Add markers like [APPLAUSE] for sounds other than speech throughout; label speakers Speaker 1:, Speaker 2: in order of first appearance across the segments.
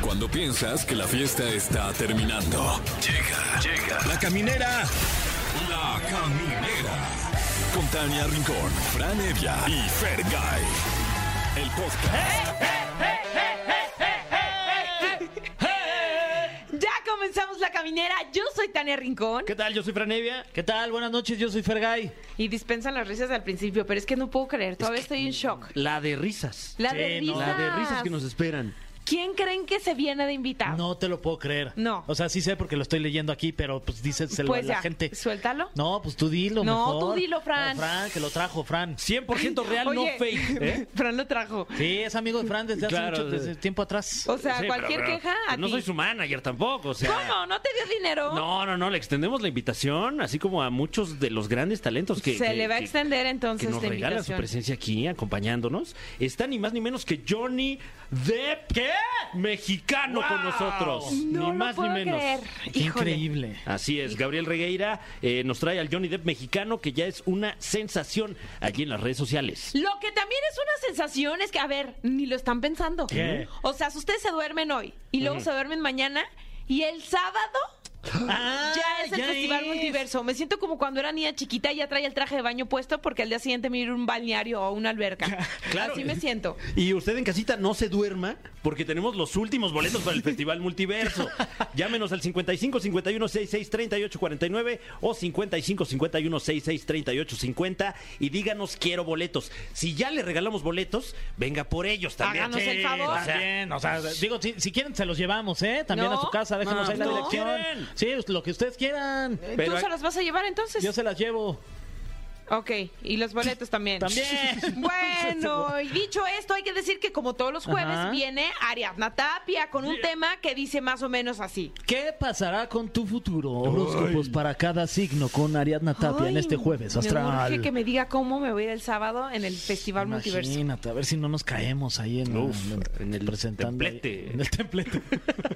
Speaker 1: Cuando piensas que la fiesta está terminando. Llega, llega. La caminera. La caminera. Con Tania Rincón, Fran Evia y Fer El podcast.
Speaker 2: Ya comenzamos la caminera. Yo soy Tania Rincón
Speaker 3: ¿Qué tal? Yo soy Franevia. ¿Qué tal? Buenas noches, yo soy Fergay.
Speaker 2: y dispensan las risas al principio, pero es que no puedo creer, todavía estoy en shock.
Speaker 3: La de risas.
Speaker 2: La de
Speaker 3: ¿no? La de
Speaker 2: risas.
Speaker 3: risas que nos esperan.
Speaker 2: ¿Quién creen que se viene de invitado?
Speaker 3: No te lo puedo creer.
Speaker 2: No.
Speaker 3: O sea, sí sé porque lo estoy leyendo aquí, pero pues dices a
Speaker 2: pues
Speaker 3: la
Speaker 2: ya,
Speaker 3: gente.
Speaker 2: suéltalo.
Speaker 3: No, pues tú dilo
Speaker 2: No,
Speaker 3: mejor.
Speaker 2: tú dilo, Fran.
Speaker 3: No, Fran, que lo trajo, Fran.
Speaker 4: 100% real, no
Speaker 2: Oye,
Speaker 4: fake. ¿eh?
Speaker 2: [LAUGHS] Fran lo trajo.
Speaker 3: Sí, es amigo de Fran desde
Speaker 4: Claro,
Speaker 3: hace mucho desde
Speaker 4: de-
Speaker 3: tiempo atrás.
Speaker 2: O sea,
Speaker 4: Sí,
Speaker 2: cualquier
Speaker 4: pero, pero,
Speaker 2: queja a
Speaker 4: No
Speaker 2: ti.
Speaker 4: soy su manager tampoco, o sea.
Speaker 2: ¿Cómo? ¿No te dio dinero?
Speaker 4: No, no, no, le extendemos la invitación, así como a muchos de los grandes talentos que...
Speaker 2: se
Speaker 4: que-
Speaker 2: le va a
Speaker 4: que-
Speaker 2: extender entonces
Speaker 4: Que nos
Speaker 2: la
Speaker 4: regala su
Speaker 2: invitación.
Speaker 4: presencia aquí, acompañándonos. Está ni más ni menos que Johnny Depp, ¿qué? Mexicano con nosotros.
Speaker 2: No
Speaker 4: ni
Speaker 2: lo
Speaker 4: más
Speaker 2: puedo
Speaker 4: ni menos.
Speaker 2: creer.
Speaker 3: Qué
Speaker 2: Híjole.
Speaker 3: increíble.
Speaker 4: Así es, Gabriel Regueira eh, nos trae al Johnny Depp mexicano, que ya es una sensación allí en las redes sociales.
Speaker 2: Lo que también es una sensación es que, a ver, ni lo están pensando.
Speaker 3: ¿Qué?
Speaker 2: O sea, si ustedes se duermen hoy y luego se duermen mañana y el sábado
Speaker 3: Ah,
Speaker 2: ya es el
Speaker 3: ya
Speaker 2: Festival
Speaker 3: es.
Speaker 2: Multiverso. Me siento como cuando era niña chiquita y ya traía el traje de baño puesto porque al día siguiente me iba a ir a un balneario o a una alberca.
Speaker 4: Claro.
Speaker 2: Así me siento.
Speaker 4: Y usted en casita no se duerma porque tenemos los últimos boletos para el Festival Multiverso. Llámenos al 55 51 66 38 49 o 55 51 66 38 50 y díganos quiero boletos. Si ya le regalamos boletos, venga por ellos también.
Speaker 2: Háganos el favor.
Speaker 4: o sea,
Speaker 3: También, o sea, digo, si, si quieren se los llevamos, ¿eh? También
Speaker 2: No.
Speaker 3: a su casa, déjenos
Speaker 4: No,
Speaker 3: ahí la
Speaker 2: no.
Speaker 3: dirección.
Speaker 4: ¿Quieren?
Speaker 3: Sí, pues, lo que ustedes quieran.
Speaker 4: Pero
Speaker 2: ¿Tú
Speaker 4: hay-
Speaker 2: se los vas a llevar entonces?
Speaker 3: Yo se las llevo.
Speaker 2: Ok, y los boletos también.
Speaker 3: También.
Speaker 2: [LAUGHS] Bueno,
Speaker 4: [LAUGHS]
Speaker 2: y dicho esto, hay que decir que como todos los jueves
Speaker 3: Ajá.
Speaker 2: viene Ariadna Tapia con un tema que dice más o menos así.
Speaker 3: ¿Qué pasará con tu futuro? Horóscopos para cada signo con Ariadna Tapia en
Speaker 2: Ay,
Speaker 3: este jueves
Speaker 2: me
Speaker 3: astral.
Speaker 2: urge que me diga cómo me voy a ir el sábado en el Festival Multiverso. [LAUGHS]
Speaker 3: Imagínate, a ver si no nos caemos ahí en,
Speaker 4: Uf,
Speaker 3: en-
Speaker 4: en el
Speaker 3: presentando ahí-
Speaker 4: templete.
Speaker 3: en el
Speaker 4: [LAUGHS]
Speaker 3: templete.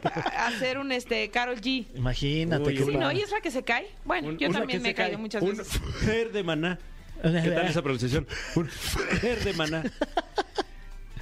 Speaker 2: A- Hacer un este Carol G.
Speaker 3: Imagínate
Speaker 4: Uy,
Speaker 3: que
Speaker 4: uy.
Speaker 2: Sí, no, y es la que se cae. Bueno,
Speaker 4: un-
Speaker 2: yo
Speaker 4: una
Speaker 2: también
Speaker 4: que
Speaker 2: me he
Speaker 4: se cae,
Speaker 2: caído muchas
Speaker 4: un
Speaker 2: veces.
Speaker 4: fer de maná. ¿Qué tal esa pronunciación? Un fer de maná.
Speaker 2: [LAUGHS]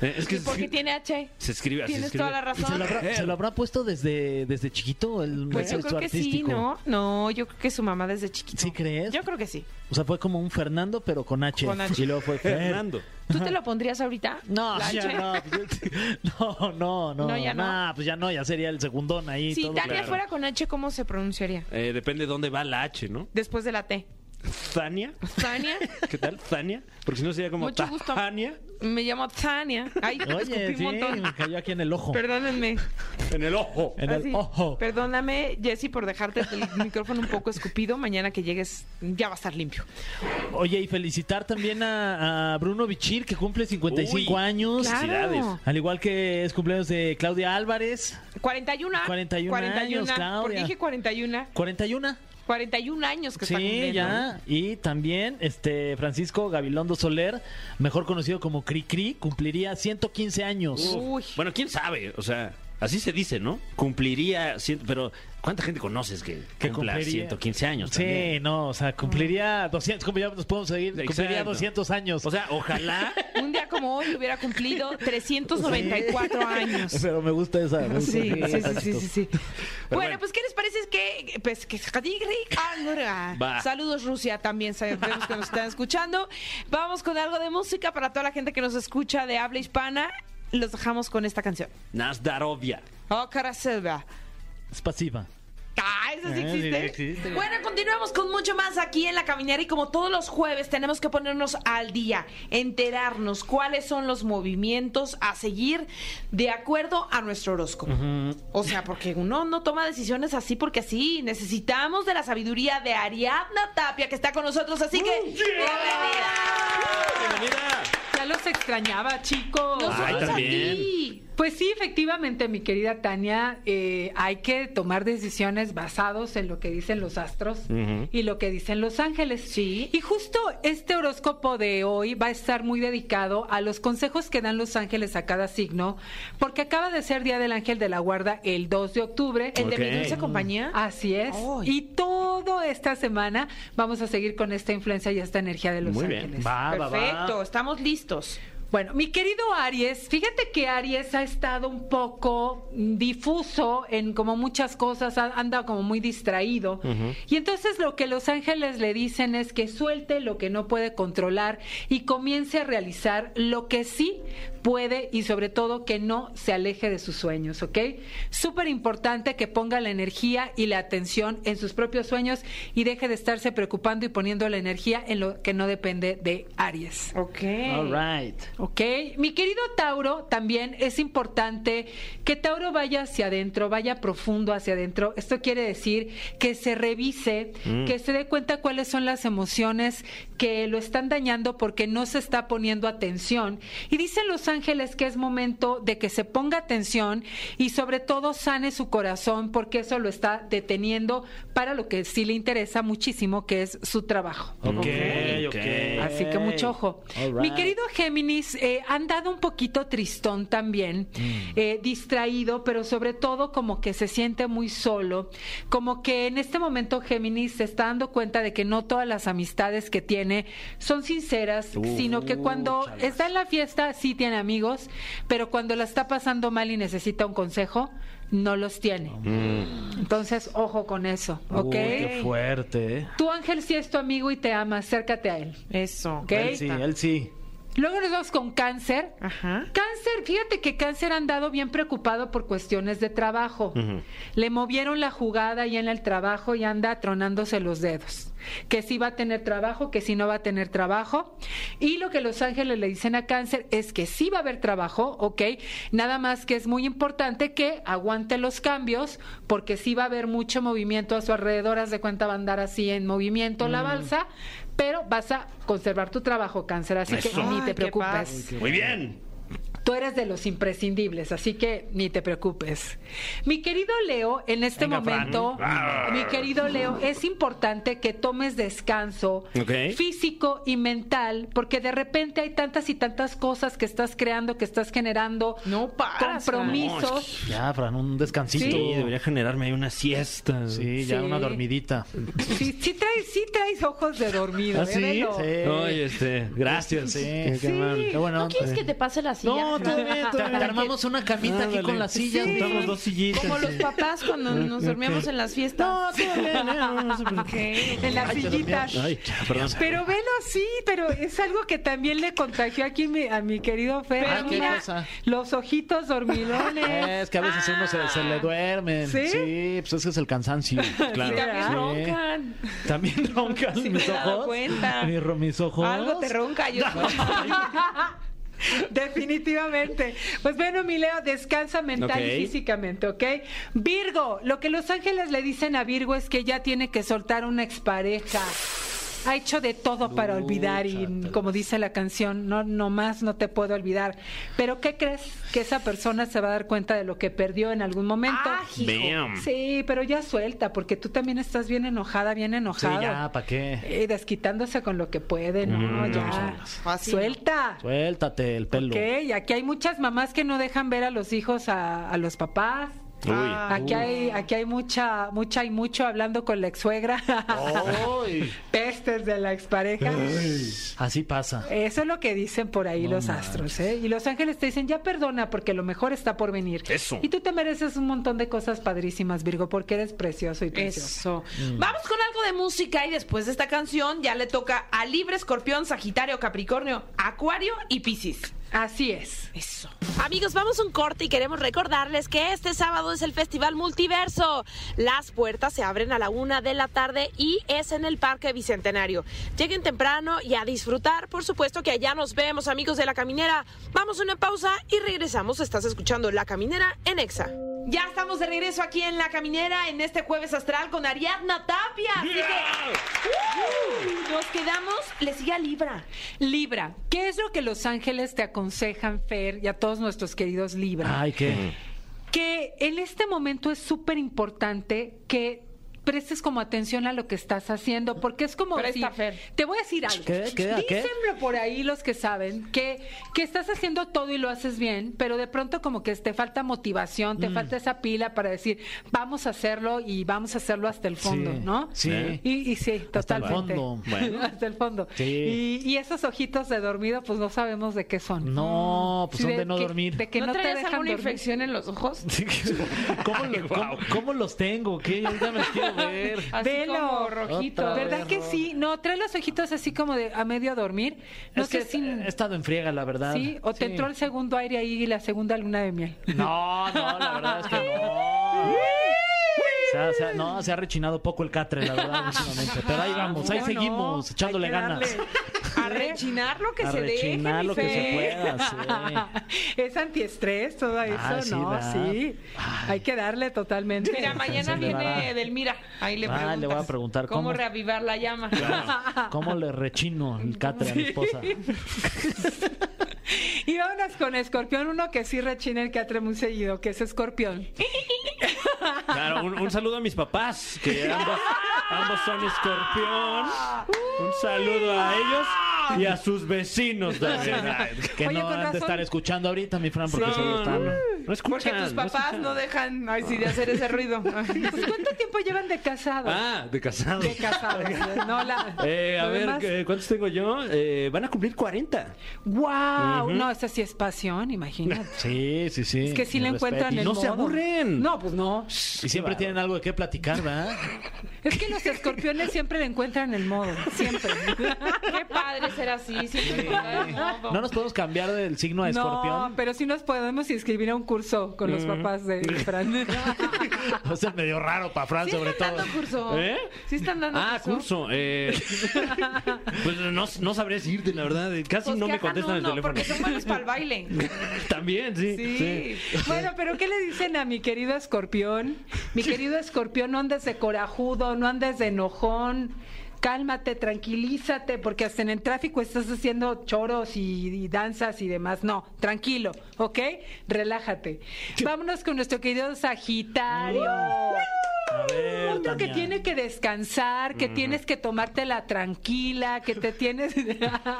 Speaker 4: Eh, Es que
Speaker 2: Y porque
Speaker 4: se,
Speaker 2: tiene H.
Speaker 4: se escribe así. se
Speaker 2: Tienes
Speaker 4: escribe.
Speaker 2: toda la
Speaker 3: ¿Se lo,
Speaker 2: razón.
Speaker 3: habrá, se lo habrá puesto desde, desde chiquito el
Speaker 2: Pues yo
Speaker 3: su
Speaker 2: creo que sí,
Speaker 3: artístico?
Speaker 2: ¿no? No, yo creo que su mamá desde chiquito.
Speaker 3: ¿Sí crees?
Speaker 2: Yo creo que sí.
Speaker 3: O sea, fue como un Fernando, pero con H.
Speaker 2: Con H.
Speaker 3: Y luego fue Fer.
Speaker 4: Fernando.
Speaker 2: ¿Tú te lo pondrías ahorita?
Speaker 3: [LAUGHS] No,
Speaker 2: ¿La
Speaker 3: ya
Speaker 2: H?
Speaker 3: no, pues, [LAUGHS] no, no, no,
Speaker 2: No, ya no.
Speaker 3: nah, pues ya no, ya sería el segundón ahí.
Speaker 2: Si
Speaker 3: todo.
Speaker 2: Tania
Speaker 4: claro.
Speaker 2: fuera con H, ¿cómo se pronunciaría?
Speaker 4: Eh, depende de dónde va la H, ¿no?
Speaker 2: Después de la T.
Speaker 4: Tania.
Speaker 2: Tania.
Speaker 4: [LAUGHS] ¿Qué tal? Tania. Porque si no sería como
Speaker 2: Mucho gusto.
Speaker 4: Tania
Speaker 2: Me llamo Tania. Ay, escupí
Speaker 3: Oye,
Speaker 2: un
Speaker 3: sí,
Speaker 2: montón.
Speaker 3: me cayó aquí en el ojo.
Speaker 2: Perdónenme.
Speaker 4: en el ojo.
Speaker 3: En
Speaker 2: Así.
Speaker 3: el ojo.
Speaker 2: Perdóname, Jessy, por dejarte el micrófono un poco escupido. Mañana que llegues ya va a estar limpio.
Speaker 3: Oye, y felicitar también a, a Bruno Bichir, que cumple 55
Speaker 4: Uy,
Speaker 3: años.
Speaker 2: Claro.
Speaker 4: Felicidades.
Speaker 3: Al igual que es cumpleaños de Claudia Álvarez.
Speaker 2: 41.
Speaker 3: 41 años, Claudia.
Speaker 2: Porque dije 41.
Speaker 3: 41.
Speaker 2: 41 años que está
Speaker 3: Sí,
Speaker 2: cumpliendo.
Speaker 3: ya. Y también este Francisco Gabilondo Soler, mejor conocido como Cricri, cumpliría 115 años.
Speaker 4: Uf.
Speaker 2: Uy.
Speaker 4: Bueno, quién sabe. O sea, así se dice, ¿no? Cumpliría. cien- Pero, ¿cuánta gente conoces que,
Speaker 3: Que
Speaker 4: cumpla
Speaker 3: cumpliría.
Speaker 4: 115 años?
Speaker 3: Sí,
Speaker 4: también? Mm.
Speaker 3: no, o sea, cumpliría 200, como ya nos podemos seguir, cumpliría
Speaker 4: Exacto.
Speaker 3: 200 años.
Speaker 4: O sea, ojalá. [LAUGHS]
Speaker 2: Un día como hoy hubiera cumplido 394 años.
Speaker 3: [LAUGHS] pero me gusta esa. me gusta
Speaker 2: Sí,
Speaker 3: esa.
Speaker 2: sí, sí, sí, sí, sí. Bueno,
Speaker 4: bueno.
Speaker 2: pues, ¿qué les parece? Es que, pues, que Ah,
Speaker 4: Va.
Speaker 2: Saludos, Rusia, también sabemos que nos están escuchando. Vamos con algo de música para toda la gente que nos escucha de habla hispana. Los dejamos con esta canción.
Speaker 4: Nazdarovia.
Speaker 2: Oh, cara selva.
Speaker 3: Es pasiva.
Speaker 2: Ah, eso sí
Speaker 3: Ah, sí,
Speaker 2: existe.
Speaker 3: sí existe.
Speaker 2: Bueno, continuamos con mucho más aquí en la caminera y como todos los jueves tenemos que ponernos al día, enterarnos cuáles son los movimientos a seguir de acuerdo a nuestro horóscopo. O sea, porque uno no toma decisiones así porque así necesitamos de la sabiduría de Ariadna Tapia que está con nosotros, así que bienvenida.
Speaker 4: Bienvenida.
Speaker 5: Ya los extrañaba, chicos.
Speaker 2: Nosotros
Speaker 4: Ay,
Speaker 2: a
Speaker 4: también.
Speaker 2: ti.
Speaker 5: Pues sí, efectivamente, mi querida Tania, eh, hay que tomar decisiones basados en lo que dicen los astros
Speaker 4: Ujú.
Speaker 5: y lo que dicen los ángeles. Sí. Y justo este horóscopo de hoy va a estar muy dedicado a los consejos que dan los ángeles a cada signo, porque acaba de ser Día del Ángel de la Guarda el 2 de octubre.
Speaker 2: El de mi
Speaker 4: Ok.
Speaker 3: Mm.
Speaker 2: dulce compañía.
Speaker 3: Ah,
Speaker 5: Así es.
Speaker 2: Ay.
Speaker 5: Y toda esta semana vamos a seguir con esta influencia y esta energía de los
Speaker 4: Muy bien.
Speaker 5: ángeles.
Speaker 3: Va, va, va.
Speaker 2: Perfecto, estamos listos.
Speaker 5: Bueno, mi querido Aries, fíjate que Aries ha estado un poco difuso en como muchas cosas, ha- anda como muy distraído. Y entonces lo que los ángeles le dicen es que suelte lo que no puede controlar y comience a realizar lo que sí puede y sobre todo que no se aleje de sus sueños, ¿ok? Súper importante que ponga la energía y la atención en sus propios sueños y deje de estarse preocupando y poniendo la energía en lo que no depende de Aries.
Speaker 2: Ok.
Speaker 3: All right.
Speaker 5: Ok, mi querido Tauro, también es importante que Tauro vaya hacia adentro, vaya profundo hacia adentro. Esto quiere decir que se revise, que se dé cuenta cuáles son las emociones que lo están dañando porque no se está poniendo atención. Y dicen los ángeles que es momento de que se ponga atención y sobre todo sane su corazón porque eso lo está deteniendo para lo que sí le interesa muchísimo, que es su trabajo.
Speaker 3: Ok, ok.
Speaker 4: Ok.
Speaker 5: Así que mucho ojo.
Speaker 3: All
Speaker 5: Mi
Speaker 3: right.
Speaker 5: querido Géminis, eh, han dado un poquito tristón también,
Speaker 3: Mm.
Speaker 5: eh, distraído, pero sobre todo como que se siente muy solo. Como que en este momento Géminis se está dando cuenta de que no todas las amistades que tiene son sinceras, sino que cuando está en la fiesta sí tiene amigos, pero cuando la está pasando mal y necesita un consejo, no los tiene. Entonces, ojo con eso, ¿ok?
Speaker 3: Mm. Uy, qué fuerte. ¿eh?
Speaker 5: Tu ángel sí es tu amigo y te ama, acércate a él.
Speaker 2: Eso.
Speaker 5: Ok.
Speaker 3: Él sí, él sí.
Speaker 5: Luego nos vamos con cáncer.
Speaker 2: Ajá.
Speaker 5: Cáncer, fíjate que cáncer ha andado bien preocupado por cuestiones de trabajo. Le movieron la jugada y en el trabajo y anda tronándose los dedos. Que si va a tener trabajo, que si no va a tener trabajo. Y lo que los ángeles le dicen a cáncer es que sí va a haber trabajo, ok. Nada más que es muy importante que aguante los cambios porque sí va a haber mucho movimiento a su alrededor. Haz de cuenta va a andar así en movimiento la balsa. Pero vas a conservar tu trabajo, cáncer, así
Speaker 4: Eso.
Speaker 5: que ni
Speaker 2: Ay, qué
Speaker 5: te preocupes.
Speaker 2: paz.
Speaker 4: Muy bien.
Speaker 5: Tú eres de los imprescindibles, así que ni te preocupes. Mi querido Leo, en este
Speaker 4: Venga, Fran. Ah.
Speaker 5: momento,
Speaker 4: Arr.
Speaker 5: mi querido Leo, es importante que tomes descanso
Speaker 4: Ok.
Speaker 5: físico y mental, porque de repente hay tantas y tantas cosas que estás creando, que estás generando
Speaker 2: No paras, Fran.
Speaker 5: compromisos.
Speaker 3: Ya, Fran, un descansito.
Speaker 4: Sí, debería generarme ahí una siesta.
Speaker 3: Sí, ya
Speaker 5: Sí.
Speaker 3: una dormidita.
Speaker 5: Sí, sí traes, sí traes ojos de dormido.
Speaker 3: ¿Ah,
Speaker 5: ¿eh? Velo.
Speaker 4: Ay, este, gracias.
Speaker 3: Sí.
Speaker 4: Qué- qué
Speaker 3: Sí.
Speaker 4: amable.
Speaker 3: Qué buena
Speaker 2: ¿No
Speaker 3: onda.
Speaker 2: quieres que te pase la silla?
Speaker 3: No,
Speaker 2: [LAUGHS] Fran?
Speaker 3: todavía,
Speaker 5: Te-
Speaker 3: todavía.
Speaker 5: te
Speaker 3: armamos una camita aquí
Speaker 4: Ándale.
Speaker 3: con las sillas.
Speaker 4: Sí.
Speaker 3: ¿no?
Speaker 4: Juntamos dos sillitas.
Speaker 2: Como los papás
Speaker 3: [LAUGHS]
Speaker 2: cuando nos dormíamos en las fiestas.
Speaker 4: No, todavía no, no
Speaker 2: [LAUGHS]
Speaker 4: se preocupe.
Speaker 5: En las sillitas.
Speaker 4: Ay, [LAUGHS] perdón.
Speaker 5: Pero velo, sí, pero es algo que también le contagió aquí mi- a mi querido Fer.
Speaker 3: Ah, ¿qué
Speaker 5: Mira,
Speaker 3: cosa?
Speaker 5: los ojitos dormilones.
Speaker 2: Eh,
Speaker 3: Es que a veces
Speaker 2: ah.
Speaker 3: uno se, se le duermen.
Speaker 5: ¿Sí?
Speaker 3: pues es que es el cansancio.
Speaker 2: [LAUGHS]
Speaker 4: Claro.
Speaker 5: Mira,
Speaker 3: Sí.
Speaker 2: roncan.
Speaker 3: También roncan
Speaker 2: Sí me
Speaker 3: mis
Speaker 2: he dado
Speaker 3: ojos.
Speaker 2: cuenta.
Speaker 3: Mi ro- mis ojos.
Speaker 2: Algo te ronca. Yo [LAUGHS]
Speaker 5: Definitivamente. Pues bueno, mi Leo, descansa mental
Speaker 4: Ok.
Speaker 5: y físicamente, ¿ok? Virgo, lo que los ángeles le dicen a Virgo es que ya tiene que soltar una expareja. Ha hecho de todo para olvidar y como dice la canción, no, no más no te puedo olvidar. Pero ¿qué crees? Que esa persona se va a dar cuenta de lo que perdió en algún momento.
Speaker 2: Ah, hijo.
Speaker 4: Damn.
Speaker 5: Sí, pero ya suelta, porque tú también estás bien enojada, bien
Speaker 3: Sí,
Speaker 5: enojado.
Speaker 3: ya, ¿para qué? Mm,
Speaker 5: Eh, desquitándose con lo que puede, ¿no? ya. Suelta.
Speaker 3: Suéltate el pelo.
Speaker 5: Ok, aquí hay muchas mamás que no dejan ver a los hijos a, a los papás.
Speaker 2: Ah.
Speaker 4: Uy.
Speaker 5: Aquí hay, aquí hay mucha, mucha y mucho hablando con la ex-suegra.
Speaker 3: Ay,
Speaker 5: [LAUGHS] Pestes de la expareja.
Speaker 3: Así pasa.
Speaker 5: Eso es lo que dicen por ahí los astros, ¿eh? Y los ángeles te dicen, ya perdona, porque lo mejor está por venir.
Speaker 4: Eso.
Speaker 5: Y tú te mereces un montón de cosas padrísimas, Virgo, porque eres precioso y precioso.
Speaker 2: Eso. Vamos con algo de música y después de esta canción ya le toca a Libre, Escorpión, Sagitario, Capricornio, Acuario y Piscis.
Speaker 5: Así es.
Speaker 2: Eso. Amigos, vamos a un corte y queremos recordarles que este sábado es el Festival Multiverso. Las puertas se abren a la una de la tarde y es en el Parque Bicentenario. Lleguen temprano y a disfrutar. Por supuesto que allá nos vemos, amigos de La Caminera. Vamos a una pausa y regresamos. Estás escuchando La Caminera en Exa. Ya estamos de regreso aquí en La Caminera en este jueves astral con Ariadna Tapia. Así que nos quedamos, le sigue a Libra.
Speaker 5: Libra, ¿qué es lo que los ángeles te aconsejan, Fer, y a todos nuestros queridos Libra?
Speaker 3: Ay, qué.
Speaker 5: que en este momento es súper importante que prestes como atención a lo que estás haciendo, porque es como
Speaker 2: Presta,
Speaker 5: si-
Speaker 2: Fer.
Speaker 5: te voy a decir algo.
Speaker 3: ¿Qué? ¿Qué? ¿A qué?
Speaker 5: Dícenlo por ahí los que saben que, que estás haciendo todo y lo haces bien, pero de pronto como que te falta motivación,
Speaker 3: Mm.
Speaker 5: te falta esa pila para decir, vamos a hacerlo y vamos a hacerlo hasta el fondo,
Speaker 3: Sí,
Speaker 5: ¿no?
Speaker 3: sí.
Speaker 5: ¿Eh? Y, y sí, totalmente.
Speaker 3: Hasta el
Speaker 5: [LAUGHS]
Speaker 3: fondo.
Speaker 4: Bueno.
Speaker 5: Hasta el fondo.
Speaker 3: Sí.
Speaker 5: Y, y esos ojitos de dormido, pues no sabemos de qué son.
Speaker 3: No, pues
Speaker 5: Sí,
Speaker 3: son de no
Speaker 5: que-
Speaker 3: dormir.
Speaker 5: de que no,
Speaker 2: ¿No,
Speaker 5: te
Speaker 2: traías
Speaker 5: dejan
Speaker 2: alguna
Speaker 5: dormir.
Speaker 2: infección en los ojos?
Speaker 3: Sí, que- [LAUGHS] ¿Cómo,
Speaker 5: [LAUGHS]
Speaker 3: lo- cómo- cómo los tengo? ¿Qué? Yo ya me quiero ver.
Speaker 2: Así
Speaker 5: Velo.
Speaker 2: como rojito.
Speaker 3: Otra
Speaker 5: ¿Verdad
Speaker 3: vez,
Speaker 5: que
Speaker 3: Ro.
Speaker 5: sí? No, trae los ojitos así como de a medio dormir. No
Speaker 3: es
Speaker 5: sé
Speaker 3: que
Speaker 5: si...
Speaker 3: he estado en friega, la verdad.
Speaker 5: Sí, o te entró el segundo aire ahí y la segunda luna de miel.
Speaker 3: No, no, la verdad es que
Speaker 5: [LAUGHS]
Speaker 3: no. Se ha, se ha- no, se ha rechinado poco el catre, la verdad, últimamente. Pero ahí vamos, ahí
Speaker 5: Ah, [LAUGHS] ¿Cómo no?
Speaker 3: seguimos,
Speaker 5: Hay
Speaker 3: echándole
Speaker 5: que
Speaker 3: ganas.
Speaker 5: darle. [LAUGHS]
Speaker 2: [LAUGHS] A rechinar lo que
Speaker 3: A
Speaker 2: se
Speaker 3: rechinar
Speaker 2: deje, mi
Speaker 3: lo que se
Speaker 2: Fer.
Speaker 3: pueda, sí.
Speaker 5: [LAUGHS] es antiestrés todo eso,
Speaker 3: Ah, sí,
Speaker 5: ¿no?
Speaker 3: ¿verdad?
Speaker 5: Sí. Hay que darle totalmente.
Speaker 3: [LAUGHS]
Speaker 2: Mira, mañana
Speaker 3: Se le va.
Speaker 2: viene Delmira. Ahí le
Speaker 3: Ah,
Speaker 2: preguntas.
Speaker 3: le voy a preguntar
Speaker 2: cómo,
Speaker 3: cómo.
Speaker 2: reavivar la
Speaker 3: [LAUGHS]
Speaker 2: llama.
Speaker 3: ¿Cómo le rechino el catre a mi
Speaker 5: [LAUGHS]
Speaker 3: esposa?
Speaker 5: [LAUGHS] Y vámonos con Escorpión, uno que sí rechina el catre muy seguido, que es Escorpión.
Speaker 4: Claro, un, un saludo a mis papás, que ambos, ambos son escorpión.
Speaker 5: Uh.
Speaker 4: Un saludo a ellos y a sus vecinos también.
Speaker 3: [LAUGHS] Que
Speaker 5: Oye,
Speaker 3: no
Speaker 5: con
Speaker 3: han de
Speaker 5: razón.
Speaker 3: estar escuchando ahorita, mi Fran, porque
Speaker 4: No,
Speaker 3: seguro están.
Speaker 4: no
Speaker 2: Porque
Speaker 4: escuchan,
Speaker 2: tus
Speaker 4: no
Speaker 2: papás
Speaker 4: escuchan.
Speaker 2: no dejan ay, sí, de hacer ese ruido.
Speaker 5: [LAUGHS] Pues, ¿Cuánto tiempo llevan de casados?
Speaker 4: Ah, de casados.
Speaker 5: De casados.
Speaker 2: [LAUGHS]
Speaker 5: No, la,
Speaker 4: Eh, a
Speaker 5: lo
Speaker 4: ver,
Speaker 5: demás-
Speaker 4: eh, ¿cuántos tengo yo? Eh, van a cumplir 40.
Speaker 5: ¡Guau! No, esa sí es pasión, imagínate.
Speaker 2: [LAUGHS]
Speaker 3: Sí, sí, sí.
Speaker 5: Es que sí
Speaker 3: mi
Speaker 5: le encuentran
Speaker 3: respeto.
Speaker 5: el
Speaker 4: no se
Speaker 5: modo.
Speaker 4: aburren.
Speaker 5: No, pues no.
Speaker 3: Y siempre tienen algo de qué platicar, ¿verdad?
Speaker 5: Es que los escorpiones siempre le encuentran el modo, siempre.
Speaker 2: [LAUGHS] Qué padre ser así. Siempre encontrar el modo.
Speaker 3: No nos podemos cambiar del signo a
Speaker 5: No,
Speaker 3: escorpión.
Speaker 5: pero sí nos podemos inscribir a un curso con los papás de
Speaker 2: [LAUGHS]
Speaker 5: Fran.
Speaker 3: O sea, medio raro para Fran,
Speaker 2: Sí
Speaker 3: sobre
Speaker 2: están
Speaker 3: todo.
Speaker 2: dando curso.
Speaker 4: ¿Eh?
Speaker 2: Sí están dando
Speaker 4: Ah, curso. Eh, pues no, no sabría decirte, la verdad. eh, Casi
Speaker 2: Pues
Speaker 4: no
Speaker 2: que
Speaker 4: me
Speaker 2: hagan
Speaker 4: contestan el
Speaker 2: uno,
Speaker 4: teléfono.
Speaker 2: Porque son buenos para el baile.
Speaker 4: [LAUGHS] También, sí.
Speaker 2: Sí.
Speaker 5: Bueno, pero ¿qué le dicen a mi querido escorpión? Mi querido escorpión, no andes de corajudo, no andes de enojón. Cálmate, tranquilízate, porque hasta en el tráfico estás haciendo choros y, y danzas y demás. No, tranquilo, ¿ok? Relájate. Vámonos con nuestro querido Sagitario.
Speaker 3: A ver,
Speaker 5: Otro que
Speaker 3: Tania.
Speaker 5: tiene que descansar,
Speaker 3: Mm.
Speaker 5: que tienes que tomártela tranquila, que te tienes [LAUGHS]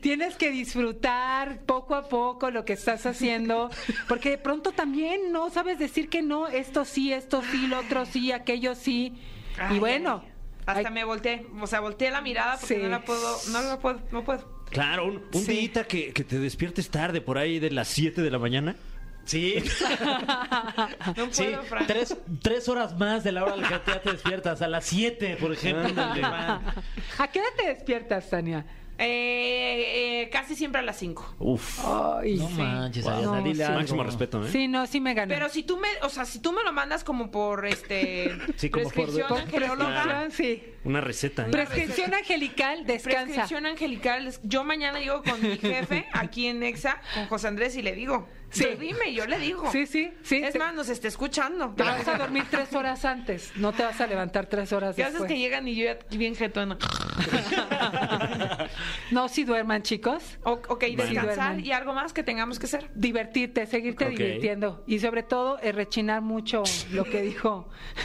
Speaker 5: tienes que disfrutar poco a poco lo que estás haciendo, porque de pronto también no sabes decir que no, esto sí, esto sí, lo otro sí, aquello sí.
Speaker 2: Ay,
Speaker 5: y bueno,
Speaker 2: ay, ay. hasta
Speaker 5: hay-
Speaker 2: me volteé. O sea, volteé la mirada porque
Speaker 5: Sí.
Speaker 2: no la puedo. No la puedo. No puedo.
Speaker 4: Claro, un, un
Speaker 5: Sí.
Speaker 4: día que, que te despiertes tarde, por ahí de las 7 de la mañana.
Speaker 3: Sí,
Speaker 2: No
Speaker 3: Ah, sí.
Speaker 2: puedo, Fran.
Speaker 3: Tres, tres horas más de la hora a la que ya te despiertas. A las siete, por ejemplo.
Speaker 4: Ándale.
Speaker 5: [LAUGHS] ¿a qué hora te despiertas, Tania?
Speaker 2: Eh, eh, casi siempre a las 5.
Speaker 4: Uf.
Speaker 5: Ay,
Speaker 3: No
Speaker 5: sí.
Speaker 3: manches,
Speaker 4: Wow.
Speaker 3: Adriana,
Speaker 5: Oh, No,
Speaker 3: dile
Speaker 5: sí.
Speaker 3: algo.
Speaker 4: Máximo respeto, ¿eh?
Speaker 5: Sí, no, sí me ganó.
Speaker 2: Pero si tú me, o sea, si tú me lo mandas como por este
Speaker 3: [LAUGHS] Sí, como por-
Speaker 2: prescripción
Speaker 3: por
Speaker 5: E
Speaker 2: angelóloga,
Speaker 5: Prescripción, sí.
Speaker 4: Una receta. ¿eh? [LAUGHS]
Speaker 5: Prescripción angelical, descansa.
Speaker 2: prescripción angelical, es- yo mañana digo con mi
Speaker 3: [LAUGHS]
Speaker 2: jefe aquí en Nexa, con José Andrés y le digo,
Speaker 5: Sí.
Speaker 2: sí. dime, yo le digo.
Speaker 5: Sí, sí, sí.
Speaker 2: Es
Speaker 5: te-
Speaker 2: más, nos está escuchando.
Speaker 5: Te vas a dormir tres horas antes, no te vas a levantar tres horas
Speaker 2: ¿Qué haces
Speaker 5: después.
Speaker 2: que llegan y yo ya bien jetona?
Speaker 5: [LAUGHS] No, si duerman, chicos.
Speaker 2: O- ok, descansar
Speaker 5: duermen.
Speaker 2: y algo más que tengamos que hacer.
Speaker 5: Divertirte, seguirte
Speaker 4: Ok.
Speaker 5: divirtiendo. Y sobre todo, eh, rechinar mucho lo que dijo. [LAUGHS]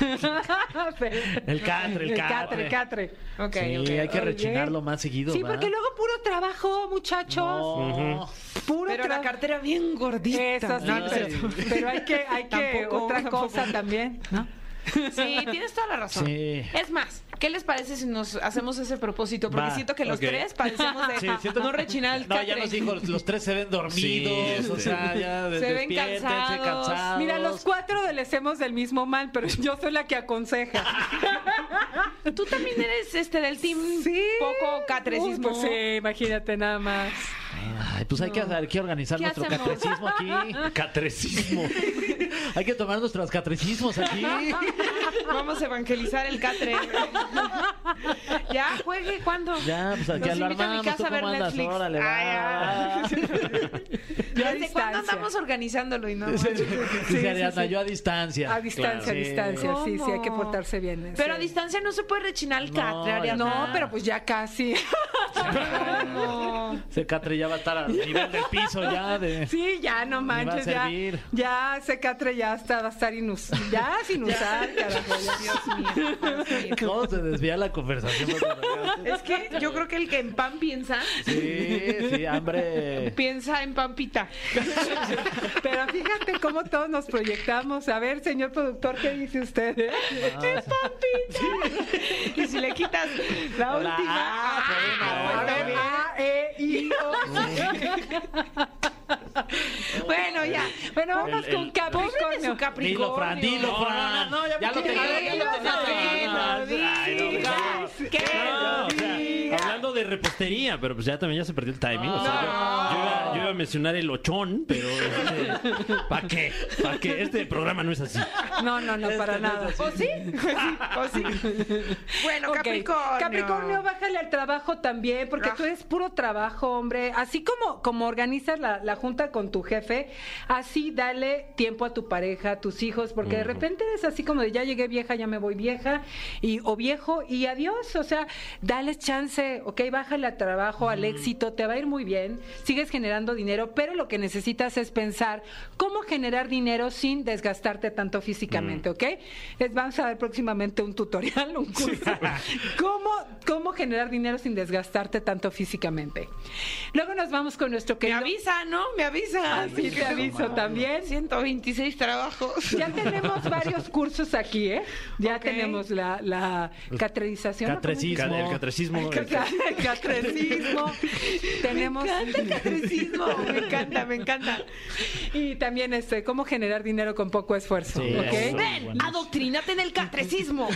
Speaker 3: El catre, el catre.
Speaker 5: El catre,
Speaker 2: Ok, ok.
Speaker 3: Sí, hay que
Speaker 5: Oye.
Speaker 3: rechinarlo más seguido.
Speaker 5: Sí,
Speaker 3: ¿va?
Speaker 5: porque luego puro trabajo, muchachos.
Speaker 3: No.
Speaker 5: Puro
Speaker 2: Pero la
Speaker 5: trabajo.
Speaker 2: cartera bien gordita.
Speaker 5: Eso sí,
Speaker 2: No, no es
Speaker 5: pero,
Speaker 2: cierto.
Speaker 5: pero hay que, hay que
Speaker 2: Tampoco,
Speaker 5: otra
Speaker 2: tampoco.
Speaker 5: cosa [LAUGHS] también, ¿no?
Speaker 2: Sí, tienes toda la razón.
Speaker 3: Sí.
Speaker 2: Es más, ¿qué les parece si nos hacemos ese propósito? Porque
Speaker 3: Va,
Speaker 2: siento que los
Speaker 4: ok.
Speaker 2: tres padecemos de
Speaker 3: [LAUGHS] Sí, siento-
Speaker 2: no rechinar el
Speaker 3: No, ya
Speaker 2: catre.
Speaker 3: nos dijo, los tres se ven dormidos,
Speaker 4: Sí,
Speaker 3: o
Speaker 4: sí.
Speaker 3: sea, ya
Speaker 2: Se ven
Speaker 3: despiértense,
Speaker 2: cansados.
Speaker 3: cansados.
Speaker 5: Mira, los cuatro delecemos del mismo mal, pero yo soy la que aconseja.
Speaker 2: Tú también eres este del team
Speaker 5: Sí.
Speaker 2: poco
Speaker 5: Uy,
Speaker 2: catrecismo.
Speaker 5: pues sí, imagínate nada más.
Speaker 3: Ay, pues hay que, hay que organizar
Speaker 2: ¿Qué
Speaker 3: nuestro
Speaker 2: hacemos?
Speaker 3: catrecismo aquí.
Speaker 4: [LAUGHS] Catrecismo.
Speaker 3: Hay que tomar nuestros catrecismos aquí.
Speaker 2: Vamos a evangelizar el catre. ya, juegue cuando.
Speaker 3: Ya, pues aquí
Speaker 2: Nos
Speaker 3: lo
Speaker 2: invita a mi
Speaker 3: armamos. ¿Tú
Speaker 2: casa a ver
Speaker 3: cómo andas?
Speaker 2: Netflix.
Speaker 3: Órale, va.
Speaker 2: Ay, ay.
Speaker 5: Ya a
Speaker 2: ¿Desde cuándo
Speaker 5: distancia.
Speaker 2: andamos organizándolo y no?
Speaker 3: Dice
Speaker 5: sí, sí,
Speaker 3: Ariadna,
Speaker 5: sí.
Speaker 3: yo a distancia.
Speaker 5: A distancia,
Speaker 3: Claro.
Speaker 5: a distancia, sí, sí, hay que
Speaker 2: ¿Cómo?
Speaker 5: portarse bien.
Speaker 2: Pero a
Speaker 5: sí.
Speaker 2: distancia no pues, se puede rechinar el
Speaker 3: No,
Speaker 2: catre, Ariadna.
Speaker 5: No, pero pues ya casi.
Speaker 3: Ese catre ya va a estar al nivel del piso ya. De...
Speaker 5: [LAUGHS] [LAUGHS] Sí, ya no
Speaker 3: Ni va a
Speaker 5: manches, ya,
Speaker 3: servir.
Speaker 5: ya Secatre ya está, va a estar inus, ya sin
Speaker 2: [LAUGHS]
Speaker 5: usar, carajo, ya, Dios mío.
Speaker 3: ¿Cómo se desvía la conversación?
Speaker 2: Es que yo creo que el que en pan piensa,
Speaker 3: Sí, sí, hambre.
Speaker 2: piensa en pampita.
Speaker 5: Pero fíjate cómo todos nos proyectamos. A ver, señor productor, ¿qué dice usted? eh?
Speaker 2: Y si le quitas la
Speaker 3: La
Speaker 2: última.
Speaker 3: A,
Speaker 2: Ah,
Speaker 5: A ver, A, E, I, O.
Speaker 2: Bueno, ya.
Speaker 5: Bueno, vamos
Speaker 3: El-
Speaker 5: con
Speaker 3: el-
Speaker 2: Pobre de
Speaker 5: Capricornio.
Speaker 2: su Capricornio.
Speaker 3: Dilo, Fran, dilo,
Speaker 4: No, no,
Speaker 3: Fran.
Speaker 4: no, no, ya
Speaker 3: ya lo
Speaker 4: porque-
Speaker 3: tenía.
Speaker 2: A ver,
Speaker 3: ya
Speaker 2: dilo,
Speaker 3: lo tenía.
Speaker 2: Fran,
Speaker 3: Ay, no,
Speaker 2: dilo.
Speaker 3: no.
Speaker 2: ¿Qué?
Speaker 4: No, o sea,
Speaker 2: diga.
Speaker 4: hablando de repostería, pero pues ya también ya se perdió el timing. o sea,
Speaker 2: No.
Speaker 4: yo, yo iba, yo iba a mencionar el ochón, pero ¿para qué? ¿Para qué? Este programa no es así.
Speaker 5: No, no,
Speaker 2: Este
Speaker 5: no, para nada. ¿O sí?
Speaker 2: ¿O sí? Bueno,
Speaker 5: Ok.
Speaker 2: Capricornio.
Speaker 5: Capricornio, bájale al trabajo también, porque
Speaker 2: Ah.
Speaker 5: tú eres puro trabajo, hombre. Así como, como organizas la, la junta con tu jefe, así dale tiempo a tu pareja, a tus hijos, porque de repente es así como de ya llegué vieja, ya me voy vieja, y, o viejo, y adiós. O sea, dale chance, ok, bájale al trabajo, al éxito, te va a ir muy bien, sigues generando dinero, pero lo que necesitas es pensar cómo generar dinero sin desgastarte tanto físicamente, ¿ok? Les vamos a ver próximamente un tutorial, un curso. ¿Cómo, cómo generar dinero sin desgastarte tanto físicamente? Luego nos vamos con nuestro
Speaker 2: Me
Speaker 5: querido...
Speaker 2: avisa, ¿no? Me avisa.
Speaker 5: Ah, sí, te aviso también.
Speaker 2: 126 trabajos.
Speaker 5: Ya tenemos varios cursos aquí, ¿eh? Ya
Speaker 2: Ok.
Speaker 5: tenemos la, la catrerización. ¿no? ¿Cómo se
Speaker 3: Catrecismo.
Speaker 4: El catrecismo. el-
Speaker 2: [LAUGHS]
Speaker 5: El catrecismo. Tenemos.
Speaker 2: Me encanta el catrecismo.
Speaker 5: [LAUGHS]
Speaker 2: Me encanta, me encanta.
Speaker 5: Y también este, cómo generar dinero con poco esfuerzo.
Speaker 3: Sí,
Speaker 5: ¿ok?
Speaker 3: eso.
Speaker 2: Ven,
Speaker 3: buenos.
Speaker 2: adoctrínate en el catrecismo.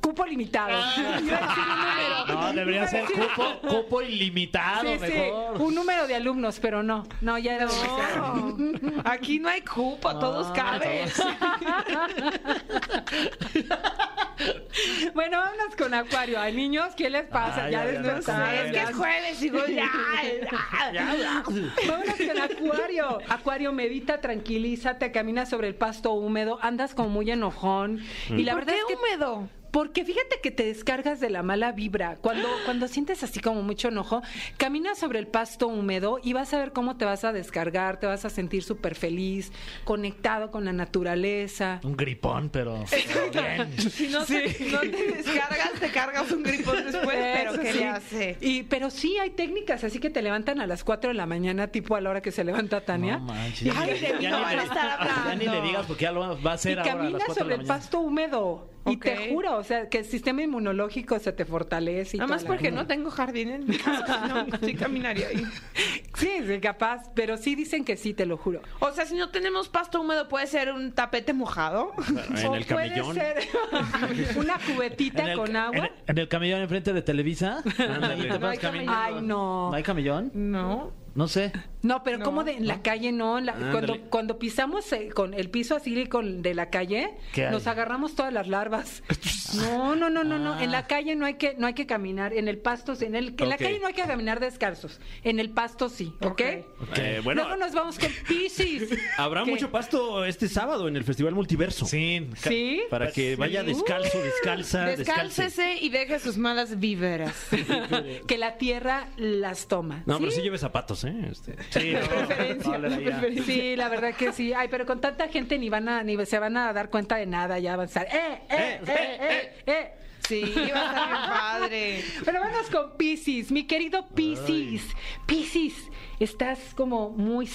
Speaker 5: Cupo limitado.
Speaker 2: Ah.
Speaker 5: [LAUGHS] Iba a decir un [LAUGHS] número.
Speaker 3: No, debería
Speaker 5: Iba a
Speaker 3: ser
Speaker 5: decir-
Speaker 3: cupo, cupo ilimitado,
Speaker 5: Sí, sí,
Speaker 3: mejor.
Speaker 5: un número de alumnos, pero no. No, ya era demasiado.
Speaker 2: No,
Speaker 5: [LAUGHS]
Speaker 2: aquí no hay cupo, todos caben.
Speaker 5: Bueno, vámonos con Acuario. Ay, niños, ¿qué les pasa?
Speaker 3: Ay,
Speaker 5: Ah, ya
Speaker 3: ay, ay,
Speaker 5: desnudar.
Speaker 3: ay,
Speaker 2: Es que es jueves y voy ya, ya, ya.
Speaker 5: Vámonos con Acuario. Acuario, medita, tranquilízate, camina sobre el pasto húmedo, andas como muy enojón. Y la
Speaker 2: ¿Por
Speaker 5: verdad
Speaker 2: qué
Speaker 5: es que
Speaker 2: húmedo?
Speaker 5: Porque fíjate que te descargas de la mala vibra. Cuando,
Speaker 2: ¡Ah!
Speaker 5: cuando sientes así como mucho enojo, caminas sobre el pasto húmedo y vas a ver cómo te vas a descargar, te vas a sentir súper feliz, conectado con la naturaleza.
Speaker 3: Un gripón, pero. pero bien.
Speaker 2: Si no, te, no te descargas, te cargas un gripón
Speaker 5: [LAUGHS]
Speaker 2: después, Pues, pero
Speaker 5: Eso
Speaker 2: ¿qué
Speaker 5: sí.
Speaker 2: le hace?
Speaker 5: Y, pero sí hay técnicas, así que te levantan a las 4 de la mañana, tipo a la hora que se levanta Tania.
Speaker 3: No manches.
Speaker 2: Ay, de mí
Speaker 3: Ya
Speaker 2: no
Speaker 3: ni
Speaker 2: van a
Speaker 3: le-
Speaker 2: estar
Speaker 3: [LAUGHS] Ya ni le
Speaker 2: hablando.
Speaker 3: digas porque ya lo va a hacer
Speaker 5: y
Speaker 3: ahora a las
Speaker 5: caminas
Speaker 3: 4 de
Speaker 5: sobre
Speaker 3: la
Speaker 5: el
Speaker 3: mañana.
Speaker 5: pasto húmedo. Y
Speaker 2: Ok.
Speaker 5: te juro, o sea, que el sistema inmunológico se te fortalece. y
Speaker 2: Nada más
Speaker 5: toda la
Speaker 2: porque
Speaker 5: onda.
Speaker 2: no tengo jardín en mi casa, si no, sí caminaría ahí.
Speaker 5: Sí, sí, capaz, pero sí dicen que sí, te
Speaker 3: [LAUGHS]
Speaker 5: lo juro.
Speaker 2: O sea, si no tenemos pasto húmedo, ¿puede ser un tapete mojado?
Speaker 4: En el camellón.
Speaker 5: Puede
Speaker 2: [LAUGHS]
Speaker 5: ser una
Speaker 3: En
Speaker 5: cubetita
Speaker 3: el-
Speaker 5: con
Speaker 3: En
Speaker 5: agua.
Speaker 3: el, en el camellón enfrente de
Speaker 5: [LAUGHS]
Speaker 3: Televisa. Ahí te
Speaker 2: No hay
Speaker 3: vas caminando.
Speaker 5: Ay, no.
Speaker 3: ¿No hay camellón?
Speaker 2: No.
Speaker 3: No sé.
Speaker 5: No, pero
Speaker 2: No,
Speaker 5: como de en la calle no, En la-
Speaker 3: Ah,
Speaker 4: Ándale.
Speaker 5: cuando cuando pisamos eh, con el piso así con de la calle,
Speaker 3: ¿Qué hay?
Speaker 5: nos agarramos todas
Speaker 3: [LAUGHS]
Speaker 5: las larvas. No, no, no, no, no, en
Speaker 3: Ah.
Speaker 5: la calle no hay que no hay que caminar, en el pasto, sí, en el en la
Speaker 4: Ok.
Speaker 5: calle no hay que caminar descalzos, en el pasto sí, ¿ok?
Speaker 2: Ok.
Speaker 4: Eh, bueno,
Speaker 5: Luego nos vamos con
Speaker 3: [LAUGHS]
Speaker 5: Pisces.
Speaker 4: habrá
Speaker 5: ¿Qué?
Speaker 4: mucho pasto este sábado en el Festival Multiverso.
Speaker 3: Sí.
Speaker 5: Sí.
Speaker 4: Para que vaya descalzo, descalza, descalce.
Speaker 2: Descálcese y deje sus malas víveras.
Speaker 5: [LAUGHS] que la tierra las toma.
Speaker 4: No, pero sí lleve zapatos, ¿eh? Este,
Speaker 5: [LAUGHS]
Speaker 3: Sí, no,
Speaker 5: preferencia,
Speaker 3: no, no, no, ya.
Speaker 5: Sí, la verdad que sí. Ay, pero con tanta gente ni van a, ni se van a dar cuenta de nada, ya avanzar. ¡Eh, eh, eh, eh, eh!
Speaker 2: Sí, va a estar bien padre.
Speaker 5: Bueno, vamos con Piscis, mi querido Piscis. Piscis, estás como muy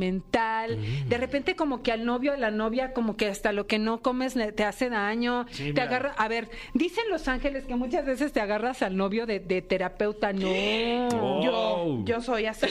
Speaker 5: sentimental. De repente como que al novio, a la novia, como que hasta lo que no comes le- te hace daño.
Speaker 3: Sí,
Speaker 5: te
Speaker 3: mira.
Speaker 5: agarra, a ver, dicen los ángeles que muchas veces te agarras al novio de, de terapeuta. No.
Speaker 4: Oh.
Speaker 2: Yo, yo soy así,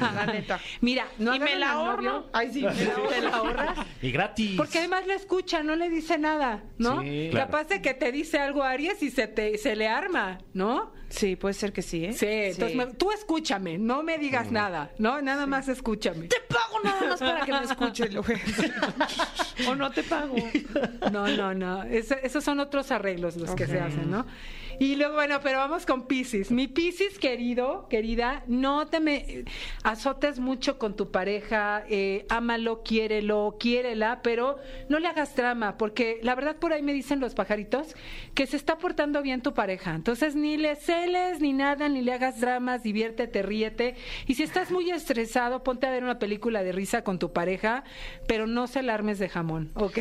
Speaker 2: la neta.
Speaker 5: Mira, no
Speaker 2: y me
Speaker 5: agarran
Speaker 2: la
Speaker 5: al
Speaker 2: ahorro.
Speaker 5: novio.
Speaker 2: Ay, sí, me la ahorro.
Speaker 5: ¿Te la ahorras?
Speaker 3: Y gratis.
Speaker 5: Porque además la escucha, no le dice nada, ¿no?
Speaker 3: Sí,
Speaker 4: claro.
Speaker 5: Capaz de que te dice algo Aries y se te se le arma, ¿no?
Speaker 2: Sí, puede ser que sí, ¿eh?
Speaker 5: Sí, entonces me- tú escúchame, no me digas nada, ¿no? Nada más escúchame.
Speaker 2: Te pago nada más para que me escuches, lo voy a decir. O no te pago.
Speaker 5: No, no, no. Es- esos son otros arreglos los que se
Speaker 2: Ok.
Speaker 5: hacen, ¿no? Y luego, bueno, pero vamos con Piscis. Mi Piscis, querido, querida, no te me azotes mucho con tu pareja, eh, ámalo, quiérelo, quiérela, pero no le hagas trama, porque la verdad por ahí me dicen los pajaritos que se está portando bien tu pareja. Entonces, ni le celes, ni nada, ni le hagas dramas, diviértete, ríete. Y si estás muy estresado, ponte a ver una película de risa con tu pareja, pero no se alarmes de jamón, ¿ok?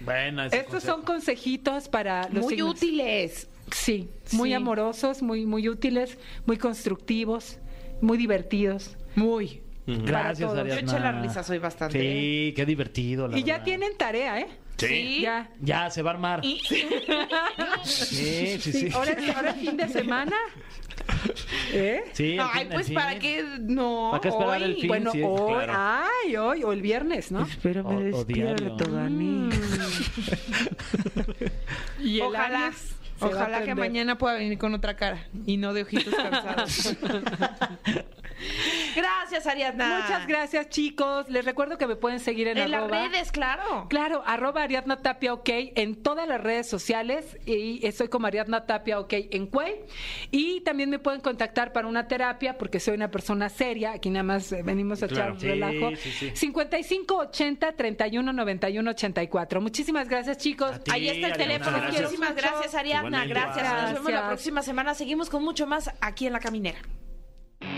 Speaker 3: Bueno, ese
Speaker 5: Estos
Speaker 3: consejo.
Speaker 5: son consejitos para los
Speaker 2: Muy
Speaker 5: signos.
Speaker 2: útiles.
Speaker 5: Sí, muy
Speaker 2: Sí.
Speaker 5: amorosos, muy muy útiles, muy constructivos, muy divertidos.
Speaker 2: Muy.
Speaker 3: Gracias,
Speaker 5: todos. Yo
Speaker 3: Ariadna.
Speaker 2: eché la risa, soy bastante.
Speaker 3: Sí, qué divertido. la
Speaker 5: ¿eh? y ya
Speaker 3: verdad.
Speaker 5: tienen tarea, ¿eh?
Speaker 2: Sí.
Speaker 5: Ya.
Speaker 3: Ya, se va a armar. Sí, sí, sí.
Speaker 5: Ahora,
Speaker 3: [LAUGHS]
Speaker 5: es- ahora es fin de semana. ¿Eh?
Speaker 3: Sí, el
Speaker 2: Ay,
Speaker 3: fin, el
Speaker 2: pues para
Speaker 3: fin.
Speaker 2: qué no.
Speaker 3: ¿Para qué esperar
Speaker 2: hoy? pues,
Speaker 3: el fin?
Speaker 5: Bueno,
Speaker 3: sí,
Speaker 5: hoy,
Speaker 4: claro.
Speaker 5: ay, hoy, o el viernes, ¿no? Mm.
Speaker 2: Espérame,
Speaker 3: O- o
Speaker 2: despierto,
Speaker 3: diario.
Speaker 2: Dani.
Speaker 5: [LAUGHS] Y el
Speaker 2: Ojalá,
Speaker 5: Aries se va a
Speaker 2: ojalá que
Speaker 5: prender.
Speaker 2: mañana pueda venir con otra cara y no de ojitos cansados. gracias, Ariadna.
Speaker 5: Muchas gracias, chicos. Les recuerdo que me pueden seguir en,
Speaker 2: En las
Speaker 5: arroba-
Speaker 2: redes, claro.
Speaker 5: Claro, arroba Ariadna Tapia OK en todas las redes sociales y estoy como Ariadna Tapia OK en Cuey. Y también me pueden contactar para una terapia porque soy una persona seria. Aquí nada más eh, venimos a
Speaker 4: Claro.
Speaker 5: echar
Speaker 4: Sí,
Speaker 5: relajo.
Speaker 4: sí, sí.
Speaker 5: 55 80 31 91 84. Muchísimas gracias, chicos.
Speaker 4: A ti,
Speaker 2: Ahí está el
Speaker 4: Ariadna.
Speaker 2: teléfono.
Speaker 4: Gracias.
Speaker 2: Muchísimas
Speaker 5: Los quiero
Speaker 2: gracias,
Speaker 5: mucho.
Speaker 2: Ariadna.
Speaker 4: Igualmente.
Speaker 2: Gracias. Nos vemos la
Speaker 5: Gracias.
Speaker 2: próxima semana. Seguimos con mucho más aquí en La Caminera.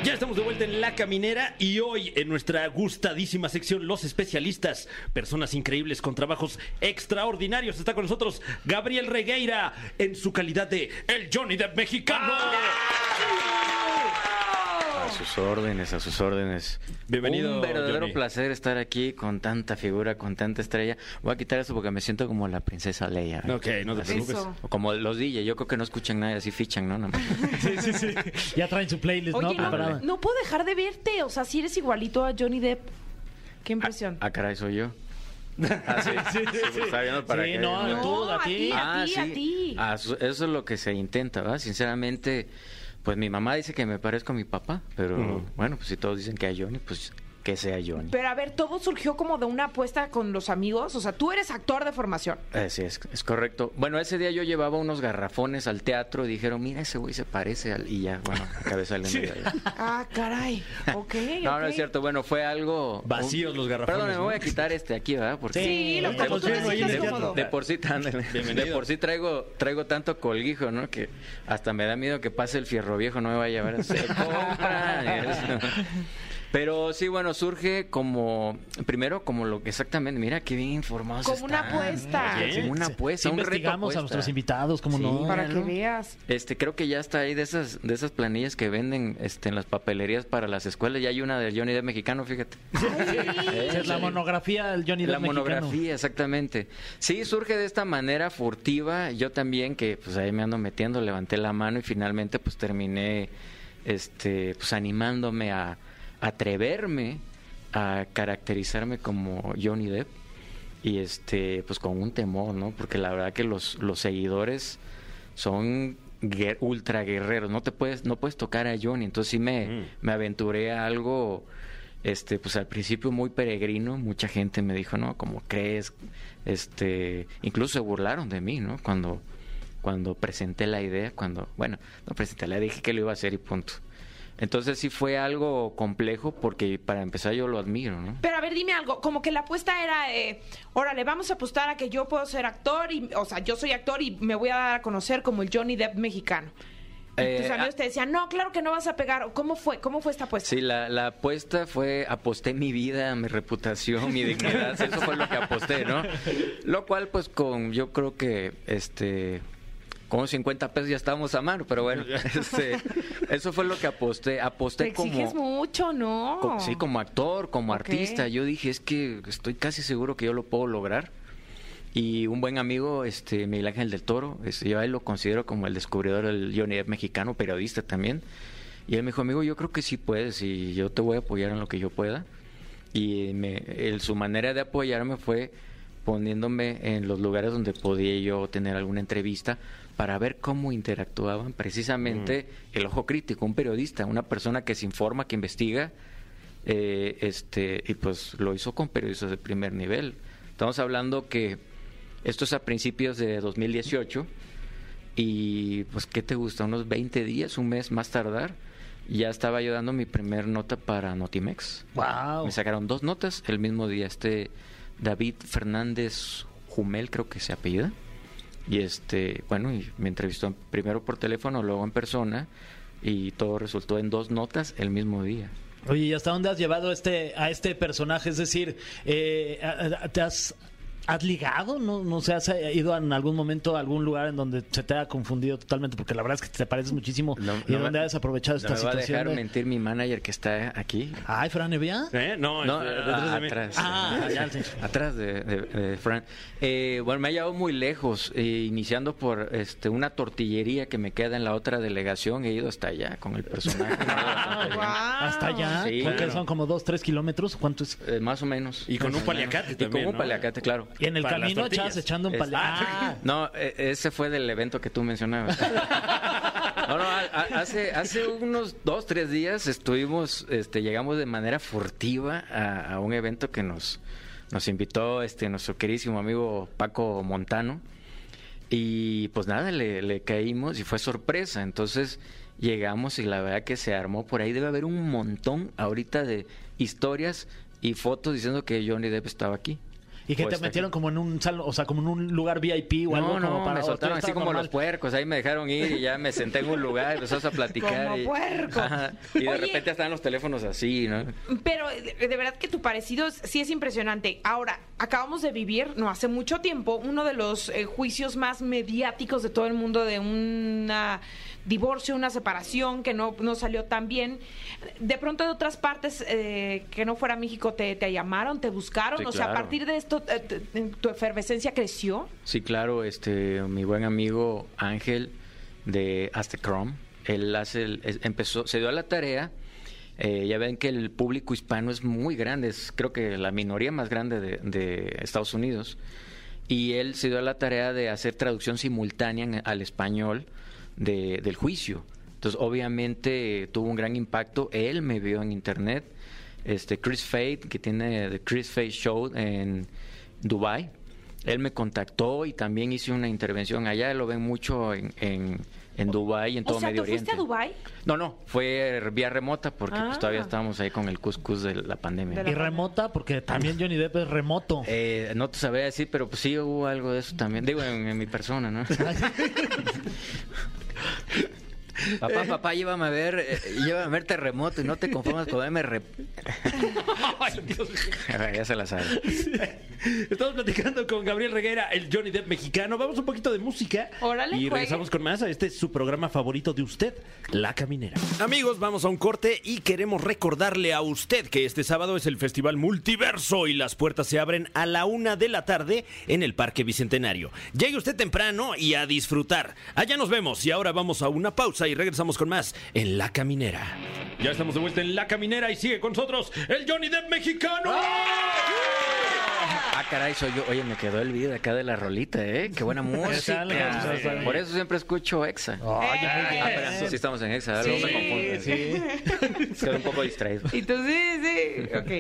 Speaker 4: Ya estamos de vuelta en La Caminera y hoy en nuestra gustadísima sección Los Especialistas, personas increíbles con trabajos extraordinarios. Está con nosotros Gabriel Regueira en su calidad de el Johnny Depp mexicano.
Speaker 6: ¡Ah! A sus órdenes, a sus órdenes.
Speaker 4: Bienvenido,
Speaker 6: Un verdadero
Speaker 4: Johnny.
Speaker 6: placer estar aquí con tanta figura, con tanta estrella. Voy a quitar eso porque me siento como la princesa Leia.
Speaker 4: Ok, no te preocupes.
Speaker 5: Eso.
Speaker 6: O como los DJ, yo creo que no escuchan nada, así fichan, ¿no? Nada más.
Speaker 3: Ya traen su playlist, ¿no?
Speaker 2: Oye, no,
Speaker 4: Pues,
Speaker 3: Preparada.
Speaker 2: no puedo dejar de verte. O sea, si eres igualito a Johnny Depp. Qué impresión.
Speaker 6: Ah, caray, soy yo. Ah, sí, sí, pues, está viendo para
Speaker 3: Sí,
Speaker 6: qué,
Speaker 3: no,
Speaker 6: ¿no?
Speaker 3: tú,
Speaker 2: No,
Speaker 3: a
Speaker 2: a
Speaker 3: ti.
Speaker 2: ti. a ti.
Speaker 6: Ah, su- eso es lo que se intenta, ¿verdad? Sinceramente, pues mi mamá dice que me parezco a mi papá, pero bueno, pues si todos dicen que a Johnny, pues que sea Johnny.
Speaker 2: Pero a ver, todo surgió como de una apuesta con los amigos. O sea, tú eres actor de formación.
Speaker 6: Así es, es correcto. Bueno, ese día yo llevaba unos garrafones al teatro y dijeron, mira, ese güey se parece al... Y ya, bueno, acabé saliendo de ahí.
Speaker 2: Ah, caray. [LAUGHS] Ok.
Speaker 6: [LAUGHS] No, no
Speaker 2: ok.
Speaker 6: es cierto. Bueno, fue algo...
Speaker 4: Vacíos los garrafones,
Speaker 6: Perdón, me
Speaker 4: ¿no?
Speaker 6: voy a quitar este aquí, ¿verdad? Porque
Speaker 2: Sí, lo
Speaker 4: Sí,
Speaker 2: que
Speaker 4: los
Speaker 2: tú te
Speaker 4: veo ahí en
Speaker 2: sientas
Speaker 4: el teatro.
Speaker 2: cómodo.
Speaker 6: de por sí, ándale,
Speaker 4: Bienvenido.
Speaker 6: de por sí traigo, traigo tanto colguijo, ¿no? Que hasta me da miedo que pase el fierro viejo, no me vaya a ver. Se compran. y
Speaker 2: [LAUGHS]
Speaker 6: eso. Pero sí, bueno, surge como, primero como lo que exactamente, mira qué bien informados
Speaker 2: Como una
Speaker 6: están.
Speaker 2: apuesta.
Speaker 6: Sí, como una apuesta,
Speaker 3: Sí
Speaker 6: un reto
Speaker 3: investigamos
Speaker 6: apuesta.
Speaker 3: a nuestros invitados, ¿cómo
Speaker 6: Sí.
Speaker 3: no?
Speaker 2: Para que
Speaker 6: ¿no?
Speaker 2: veas.
Speaker 6: Este, creo que ya está ahí de esas, de esas planillas que venden este, en las papelerías para las escuelas. Ya hay una del Johnny Depp mexicano, fíjate. [LAUGHS]
Speaker 3: Esa es la monografía del Johnny Depp
Speaker 6: La
Speaker 3: mexicano.
Speaker 6: monografía, exactamente. Sí, surge de esta manera furtiva. Yo también, que pues ahí me ando metiendo, levanté la mano y finalmente pues terminé este, pues animándome a atreverme a caracterizarme como Johnny Depp. Y este, pues con un temor, ¿no? Porque la verdad que los, los seguidores son guer- ultra guerreros. No te puedes, no puedes tocar a Johnny. Entonces sí me,
Speaker 4: Mm.
Speaker 6: me aventuré a algo, este, pues al principio muy peregrino. Mucha gente me dijo, no, ¿cómo crees? Este, incluso se burlaron de mí, ¿no? Cuando, cuando presenté la idea, cuando, bueno, no presenté la idea, dije que lo iba a hacer y punto. Entonces sí fue algo complejo porque para empezar yo lo admiro, ¿no?
Speaker 2: Pero a ver, dime algo, como que la apuesta era, eh, órale, vamos a apostar a que yo puedo ser actor, y, o sea, yo soy actor y me voy a dar a conocer como el Johnny Depp mexicano. Y
Speaker 6: Eh,
Speaker 2: tus amigos
Speaker 6: ah.
Speaker 2: te decían, no, claro que no vas a pegar. ¿O ¿Cómo fue? ¿Cómo fue esta apuesta?
Speaker 6: Sí, la, la apuesta fue aposté mi vida, mi reputación,
Speaker 2: [LAUGHS]
Speaker 6: mi dignidad, eso fue lo que aposté, ¿no? Lo cual pues con yo creo que este con 50 pesos ya estábamos a mano,
Speaker 2: [LAUGHS]
Speaker 6: pero bueno, este, eso fue lo que aposté,
Speaker 2: Te
Speaker 6: aposté
Speaker 2: exiges
Speaker 6: como
Speaker 2: mucho, ¿no?
Speaker 6: co- sí, como actor, como
Speaker 2: Ok.
Speaker 6: artista, yo dije, es que estoy casi seguro que yo lo puedo lograr. Y un buen amigo, este Miguel Ángel del Toro, este, yo a él lo considero como el descubridor del Johnny Depp mexicano, periodista también. Y él me dijo, amigo, yo creo que sí puedes y yo te voy a apoyar en lo que yo pueda. Y me, él- su manera de apoyarme fue poniéndome en los lugares donde podía yo tener alguna entrevista para ver cómo interactuaban precisamente el ojo crítico, un periodista, una persona que se informa, que investiga, eh, este, y pues lo hizo con periodistas de primer nivel. Estamos hablando que esto es a principios de 2018 y pues ¿qué te gusta? Unos 20 días, un mes más tardar, ya estaba yo dando mi primer nota para Notimex.
Speaker 3: Wow.
Speaker 6: Me sacaron dos notas el mismo día. Este David Fernández Jumel, creo que se apellida. Y este, bueno, y me entrevistó primero por teléfono, luego en persona. Y todo resultó en dos notas el mismo día.
Speaker 3: Oye, ¿y hasta dónde has llevado este, a este personaje? Es decir, eh, a- a- ¿te has, has ligado? ¿No, ¿No sé, has eh, ido en algún momento a algún lugar en donde se te ha confundido totalmente? Porque la verdad es que te pareces muchísimo.
Speaker 6: No-
Speaker 3: ¿Y
Speaker 6: no me-
Speaker 3: dónde has aprovechado
Speaker 6: No
Speaker 3: esta
Speaker 6: me va a
Speaker 3: situación?
Speaker 6: dejar
Speaker 3: de-
Speaker 6: mentir mi manager que está aquí.
Speaker 3: Ay, Fran Evia.
Speaker 4: ¿Eh? No,
Speaker 6: No,
Speaker 4: es-
Speaker 6: ah,
Speaker 4: detrás de mí.
Speaker 6: atrás.
Speaker 3: Ah, ya sé.
Speaker 6: Atrás de, de- de Fran. Eh, bueno, me ha llevado muy lejos, eh, iniciando por este, una tortillería que me queda en la otra delegación. He ido hasta allá con el personaje. Me ha ido bastante bien.
Speaker 3: Hasta allá.
Speaker 6: Ah. Sí,
Speaker 3: ¿Cuánto
Speaker 6: claro.
Speaker 3: son como dos, tres kilómetros. ¿Cuánto es?
Speaker 6: Eh, más o menos.
Speaker 4: Y con
Speaker 6: Más
Speaker 4: un
Speaker 6: o
Speaker 4: paliacate
Speaker 6: menos. Y
Speaker 4: también,
Speaker 6: con un
Speaker 4: ¿no?
Speaker 6: paliacate, claro.
Speaker 3: Y en el
Speaker 4: Para las
Speaker 3: camino
Speaker 4: tortillas.
Speaker 3: echabas echando un
Speaker 6: Es-
Speaker 3: pal... Ah.
Speaker 6: [LAUGHS] No, eh, ese fue del evento que tú mencionabas. No, no, a- a- hace, hace unos dos, tres días estuvimos, este, llegamos de manera furtiva a, a un evento que nos, nos invitó este, nuestro querísimo amigo Paco Montano. Y pues nada, le, le caímos y fue sorpresa. Entonces llegamos y la verdad que se armó por ahí. Debe haber un montón ahorita de historias y fotos diciendo que Johnny Depp estaba aquí.
Speaker 3: Ah, Y que
Speaker 6: O
Speaker 3: te
Speaker 6: está aquí.
Speaker 3: metieron como en un salón, o sea, como en un lugar VIP o algo
Speaker 6: Pues, No, no,
Speaker 3: como para
Speaker 6: me
Speaker 3: o tú
Speaker 6: soltaron así
Speaker 3: estabas
Speaker 6: como
Speaker 3: normal.
Speaker 6: los puercos, ahí me dejaron ir y ya me senté en un lugar,
Speaker 3: [LAUGHS]
Speaker 6: empezamos a platicar.
Speaker 2: Como
Speaker 6: y,
Speaker 2: puercos.
Speaker 6: [LAUGHS] Ajá, y de
Speaker 2: Oye.
Speaker 6: repente estaban los teléfonos así, ¿no?
Speaker 2: Pero de, de verdad que tu parecido es- sí es impresionante. Ahora, acabamos de vivir, no hace mucho tiempo, uno de los eh, juicios más mediáticos de todo el mundo de un divorcio, una separación que no, no salió tan bien. De pronto de otras partes eh, que no fuera México te, te llamaron, te buscaron.
Speaker 6: Sí,
Speaker 2: o sea, a
Speaker 6: claro.
Speaker 2: partir de esto, eh, te- te- ¿tu efervescencia creció?
Speaker 6: Sí, claro, este, mi buen amigo Ángel de Aztecrom, él hace el- es- empezó, se dio a la tarea. eh, ya ven que el público hispano es muy grande, es creo que la minoría más grande de, de Estados Unidos. Y él se dio a la tarea de hacer traducción simultánea en- al español de- del juicio. Entonces, obviamente, eh, tuvo un gran impacto. Él me vio en internet. Este Chris Fade, que tiene The Chris Fade Show en Dubai, él me contactó y también hice una intervención allá. Lo ven mucho en, en, en Dubái y en todo
Speaker 2: o sea,
Speaker 6: Medio
Speaker 2: ¿tú fuiste
Speaker 6: Oriente.
Speaker 2: a Dubái?
Speaker 6: No, no, fue vía remota porque pues,
Speaker 2: Ah.
Speaker 6: todavía estábamos ahí con el cuscús de la pandemia.
Speaker 2: De la-
Speaker 3: Y remota, porque también Johnny Depp es remoto. [LAUGHS]
Speaker 6: Eh, no te sabría decir, pero pues sí hubo algo de eso también. Digo, en, en mi persona, ¿no? [LAUGHS] [LAUGHS] papá, papá, llévame a ver, eh, llévame a ver terremoto y no te conformas con verme rep... Ah, ya se la sabe.
Speaker 4: [LAUGHS] Estamos platicando con Gabriel Reguera, el Johnny Depp mexicano. Vamos un poquito de música.
Speaker 2: Órale,
Speaker 4: y
Speaker 2: juegue.
Speaker 4: regresamos con más a este su programa favorito de usted, La Caminera.
Speaker 7: Amigos, vamos a un corte y queremos recordarle a usted que este sábado es el Festival Multiverso y las puertas se abren a la una de la tarde en el Parque Bicentenario. Llegue usted temprano y a disfrutar. Allá nos vemos y ahora vamos a una pausa y regresamos con más en La Caminera.
Speaker 4: Ya estamos de vuelta en La Caminera y sigue con nosotros el Johnny Depp mexicano.
Speaker 6: Ah, caray, soy yo. Oye, me quedó el video acá de la rolita, ¿eh? Qué buena música.
Speaker 3: tal, Gonzalo?
Speaker 6: Por eso siempre escucho Exa.
Speaker 2: Eh,
Speaker 6: Ah, pero sí estamos en Exa, ¿verdad? no me confundas. [LAUGHS] Estoy un poco distraído.
Speaker 2: Y tú sí, sí.
Speaker 6: [LAUGHS]
Speaker 2: Ok.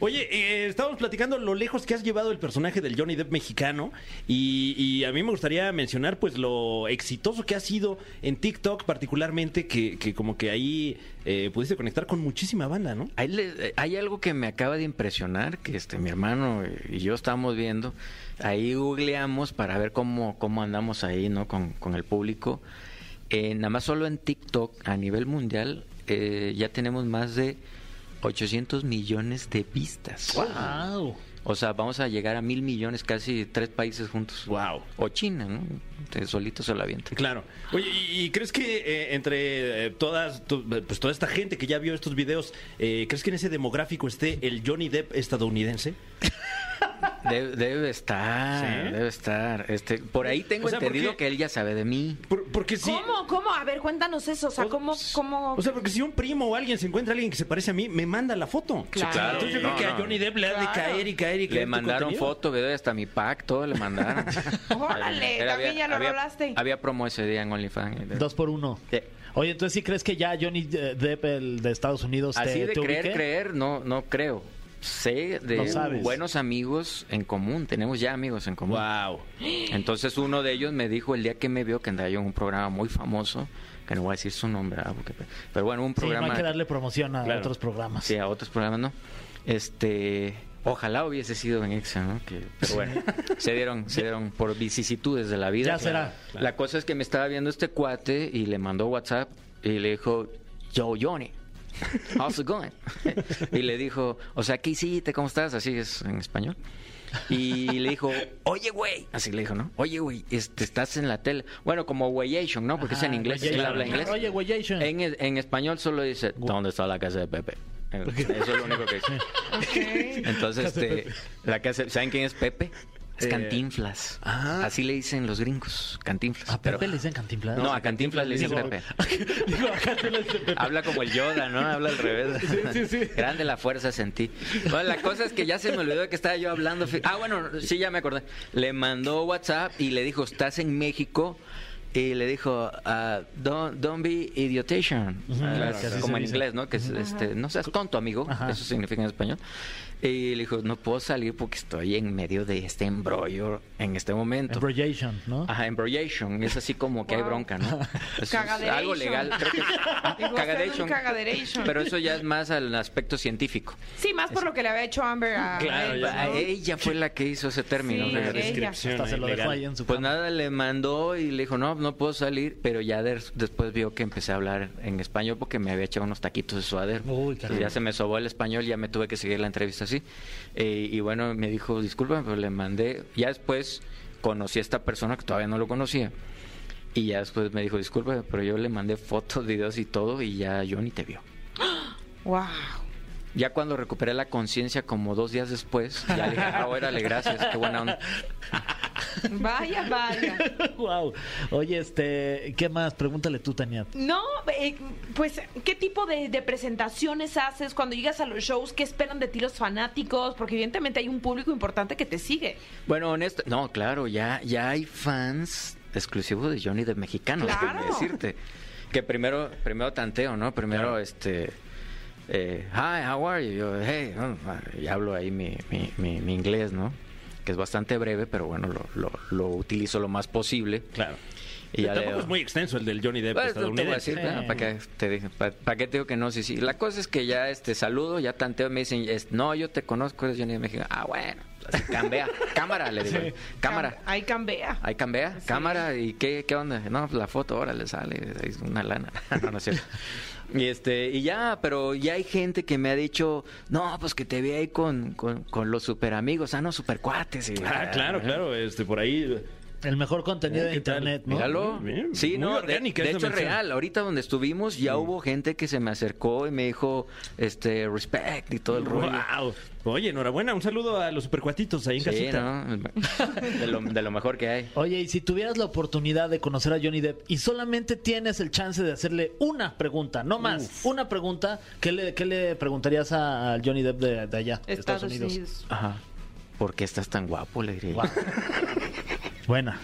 Speaker 4: Oye, eh, estábamos platicando lo lejos que has llevado el personaje del Johnny Depp mexicano y, y a mí me gustaría mencionar pues lo exitoso que ha sido en TikTok particularmente que, que como que ahí eh, pudiste conectar con muchísima banda, ¿no?
Speaker 6: Hay, le- hay algo que me acaba de impresionar, que este mi hermano y yo estamos viendo, ahí googleamos para ver cómo, cómo andamos ahí, ¿no? Con, con el público. Eh, nada más solo en TikTok, a nivel mundial, eh, ya tenemos más de 800 millones de vistas.
Speaker 3: Wow.
Speaker 6: O sea, vamos a llegar a mil millones, casi tres países juntos.
Speaker 4: Wow.
Speaker 6: O China, ¿no? Te- Solito se lo avienta.
Speaker 4: Claro. Oye, ¿y, y crees que eh, entre eh, todas, to- pues toda esta gente que ya vio estos videos, eh, crees que en ese demográfico esté el Johnny Depp estadounidense?
Speaker 6: Debe, debe estar,
Speaker 4: ¿Sí?
Speaker 6: debe estar. Este, por ahí tengo
Speaker 4: O sea,
Speaker 6: entendido
Speaker 4: porque-
Speaker 6: que él ya sabe de mí.
Speaker 4: Por- porque sí.
Speaker 2: ¿Cómo? ¿Cómo? A ver, cuéntanos eso. O sea, ¿cómo? cómo...
Speaker 4: O sea, porque si un primo o alguien se encuentra a alguien que se parece a mí, me manda la foto.
Speaker 2: Sí, claro.
Speaker 4: Entonces yo
Speaker 6: No,
Speaker 4: creo que
Speaker 6: no.
Speaker 4: a Johnny Depp le ha de
Speaker 2: Claro.
Speaker 4: caer y caer y caer.
Speaker 6: Le
Speaker 4: tu
Speaker 6: mandaron
Speaker 4: contenido.
Speaker 6: foto, video, hasta mi pack, todo le mandaron.
Speaker 2: Órale,
Speaker 6: Era-
Speaker 2: también ya lo rolaste.
Speaker 6: Había promo ese día en OnlyFans.
Speaker 3: Dos Este, por uno.
Speaker 6: Sí.
Speaker 3: Oye, entonces sí crees que ya Johnny eh, Depp, el de Estados Unidos, te,
Speaker 6: Así de
Speaker 3: te
Speaker 6: creer,
Speaker 3: ubique?
Speaker 6: creer, no, no creo. Sé
Speaker 3: No
Speaker 6: de
Speaker 3: sabes.
Speaker 6: buenos amigos en común, tenemos ya amigos en común.
Speaker 4: Wow.
Speaker 6: Entonces uno de ellos me dijo el día que me vio que andaba yo en un programa muy famoso, que no voy a decir su nombre, ah, porque- pero bueno, un
Speaker 3: Sí, no
Speaker 6: programa...
Speaker 3: hay que darle promoción a
Speaker 4: Claro.
Speaker 3: otros programas.
Speaker 6: Sí, a otros programas no. Este, ojalá hubiese sido en Exa, ¿no? Que, pero bueno,
Speaker 3: [LAUGHS]
Speaker 6: se dieron, se dieron por vicisitudes de la vida.
Speaker 3: Ya será.
Speaker 6: La cosa es que me estaba viendo este cuate y le mandó WhatsApp y le dijo, yo Johnny. How's it going? [LAUGHS] Y le dijo, o sea, ¿qué hiciste? ¿Cómo estás? Así es en español. Y le dijo, oye, güey. Así le dijo, ¿no? Oye, güey, este, estás en la tele. Bueno, como wayation, ¿no? Porque es en
Speaker 3: Ajá,
Speaker 6: inglés, él
Speaker 3: wayation.
Speaker 6: habla inglés.
Speaker 3: Oye, wayation.
Speaker 6: En, en español solo dice, ¿dónde está la casa de Pepe? Eso es lo único
Speaker 3: [LAUGHS]
Speaker 6: que dice. Entonces, este, la casa, ¿saben quién es Pepe? Es
Speaker 4: Eh,
Speaker 6: Cantinflas.
Speaker 4: ah.
Speaker 6: Así le dicen los gringos, Cantinflas.
Speaker 3: A Pepe
Speaker 6: Pero-
Speaker 3: le dicen cantinflas.
Speaker 6: No, a Cantinflas le dicen
Speaker 3: Digo,
Speaker 6: Pepe.
Speaker 3: [LAUGHS] Digo, a Cantinflas le dicen Pepe.
Speaker 6: Habla como el Yoda, ¿no? Habla al revés. Grande la fuerza sentí. Bueno, la cosa es que ya se me olvidó que estaba yo hablando. Ah, bueno, sí, ya me acordé. Le mandó WhatsApp y le dijo, estás en México. Y le dijo, ah, don't, don't be idiotation. Ah,
Speaker 3: claro,
Speaker 6: es
Speaker 3: que así
Speaker 6: como
Speaker 3: se
Speaker 6: en
Speaker 3: dice.
Speaker 6: inglés, ¿no? Que es, este, no seas tonto, amigo.
Speaker 3: Ajá.
Speaker 6: Eso significa en español. Y le dijo, no puedo salir porque estoy en medio de este embrollo en este momento.
Speaker 3: Embrollation, ¿no?
Speaker 6: Ajá, embrollation. Es así como que hay
Speaker 2: Wow. [LAUGHS]
Speaker 6: bronca, ¿no? Eso es
Speaker 2: Cagaderation.
Speaker 6: algo legal. Creo que es-
Speaker 2: [LAUGHS] Digo,
Speaker 6: Cagaderation.
Speaker 2: hacer un cagaderation.
Speaker 6: Pero eso ya es más al aspecto científico.
Speaker 2: Sí, más por lo que le había hecho Amber a él,
Speaker 6: Ah,
Speaker 2: ¿no?
Speaker 6: Ella fue la que hizo ese término.
Speaker 2: Sí,
Speaker 6: ¿no?
Speaker 2: ella.
Speaker 3: Hasta se lo dejó
Speaker 4: Ilegal.
Speaker 3: ahí en su
Speaker 6: Pues
Speaker 3: cama.
Speaker 6: nada, le mandó y le dijo, no, no puedo salir, pero ya de- después vio que empecé a hablar en español porque me había echado unos taquitos de suadero.
Speaker 3: Uy,
Speaker 6: Y
Speaker 3: caramba.
Speaker 6: ya se me sobó el español, ya me tuve que seguir la entrevista así. Eh, y bueno, me dijo, disculpa, pero le mandé, ya después conocí a esta persona que todavía no lo conocía. Y ya después me dijo, disculpa, pero yo le mandé fotos, videos y todo y ya yo ni te vio.
Speaker 2: Wow.
Speaker 6: Ya cuando recuperé la conciencia, como dos días después, ya le dije, ah, órale, gracias, qué buena onda.
Speaker 2: Vaya, vaya.
Speaker 3: [LAUGHS] wow. Oye, este, ¿qué más? Pregúntale tú, Tania.
Speaker 2: No, eh, pues, ¿qué tipo de, de presentaciones haces cuando llegas a los shows? ¿Qué esperan de ti los fanáticos? Porque evidentemente hay un público importante que te sigue.
Speaker 6: Bueno, honesto, no, claro, ya, ya hay fans exclusivos de Johnny de mexicanos,
Speaker 2: Claro.
Speaker 6: déjame decirte. Que primero, primero tanteo, ¿no? Primero, este, eh, hi, how are you? Yo, hey, oh, y hablo ahí mi, mi- mi- mi inglés, ¿no? Que es bastante breve, pero bueno, lo, lo- lo utilizo lo más posible.
Speaker 4: Claro.
Speaker 6: Y ya
Speaker 4: Tampoco
Speaker 6: leo.
Speaker 4: es muy extenso el del Johnny Depp
Speaker 6: Pues, no te voy a
Speaker 4: estadounidense.
Speaker 6: decir,
Speaker 3: Sí.
Speaker 6: ¿para qué te dije? ¿Pa- pa' qué te digo que no? Sí, sí. La cosa es que ya este saludo, ya tanteo, me dicen, es, no, yo te conozco, eres Johnny de México. Ah, bueno, así [LAUGHS] cambia. cámara, le digo. Cámara.
Speaker 2: Cam- Ahí cambia.
Speaker 6: Ahí cambia, cámara, ¿y qué, qué onda? No, pues la foto, ahora le sale, es una lana. [LAUGHS] No, no es cierto. Y, este, y ya, pero ya hay gente que me ha dicho, no, pues que te vi ahí con, con, con los super amigos, ah, no, super cuates.
Speaker 4: [LAUGHS] Ah,
Speaker 6: [LAUGHS]
Speaker 4: claro, claro. Este, por ahí.
Speaker 3: El mejor contenido
Speaker 4: Eh,
Speaker 3: de
Speaker 4: ¿qué tal?
Speaker 3: internet, ¿no?
Speaker 6: Míralo.
Speaker 4: Bien,
Speaker 6: sí,
Speaker 4: muy
Speaker 6: no, de,
Speaker 4: orgánica
Speaker 6: de
Speaker 4: esta
Speaker 6: hecho es
Speaker 4: mención.
Speaker 6: real. Ahorita donde estuvimos ya hubo gente que se me acercó y me dijo, este, respect y todo el rollo.
Speaker 4: Wow. Oye, enhorabuena. Un saludo a los supercuatitos ahí en
Speaker 6: Sí,
Speaker 4: casita.
Speaker 6: ¿no? De lo, de lo mejor que hay.
Speaker 3: Oye, y si tuvieras la oportunidad de conocer a Johnny Depp y solamente tienes el chance de hacerle una pregunta, no más, una pregunta, ¿qué le, qué le preguntarías a- al Johnny Depp de, de allá, de Estados, Unidos?
Speaker 6: Ajá. ¿Por qué estás tan guapo? Le diría. yo.
Speaker 3: Guau. buena.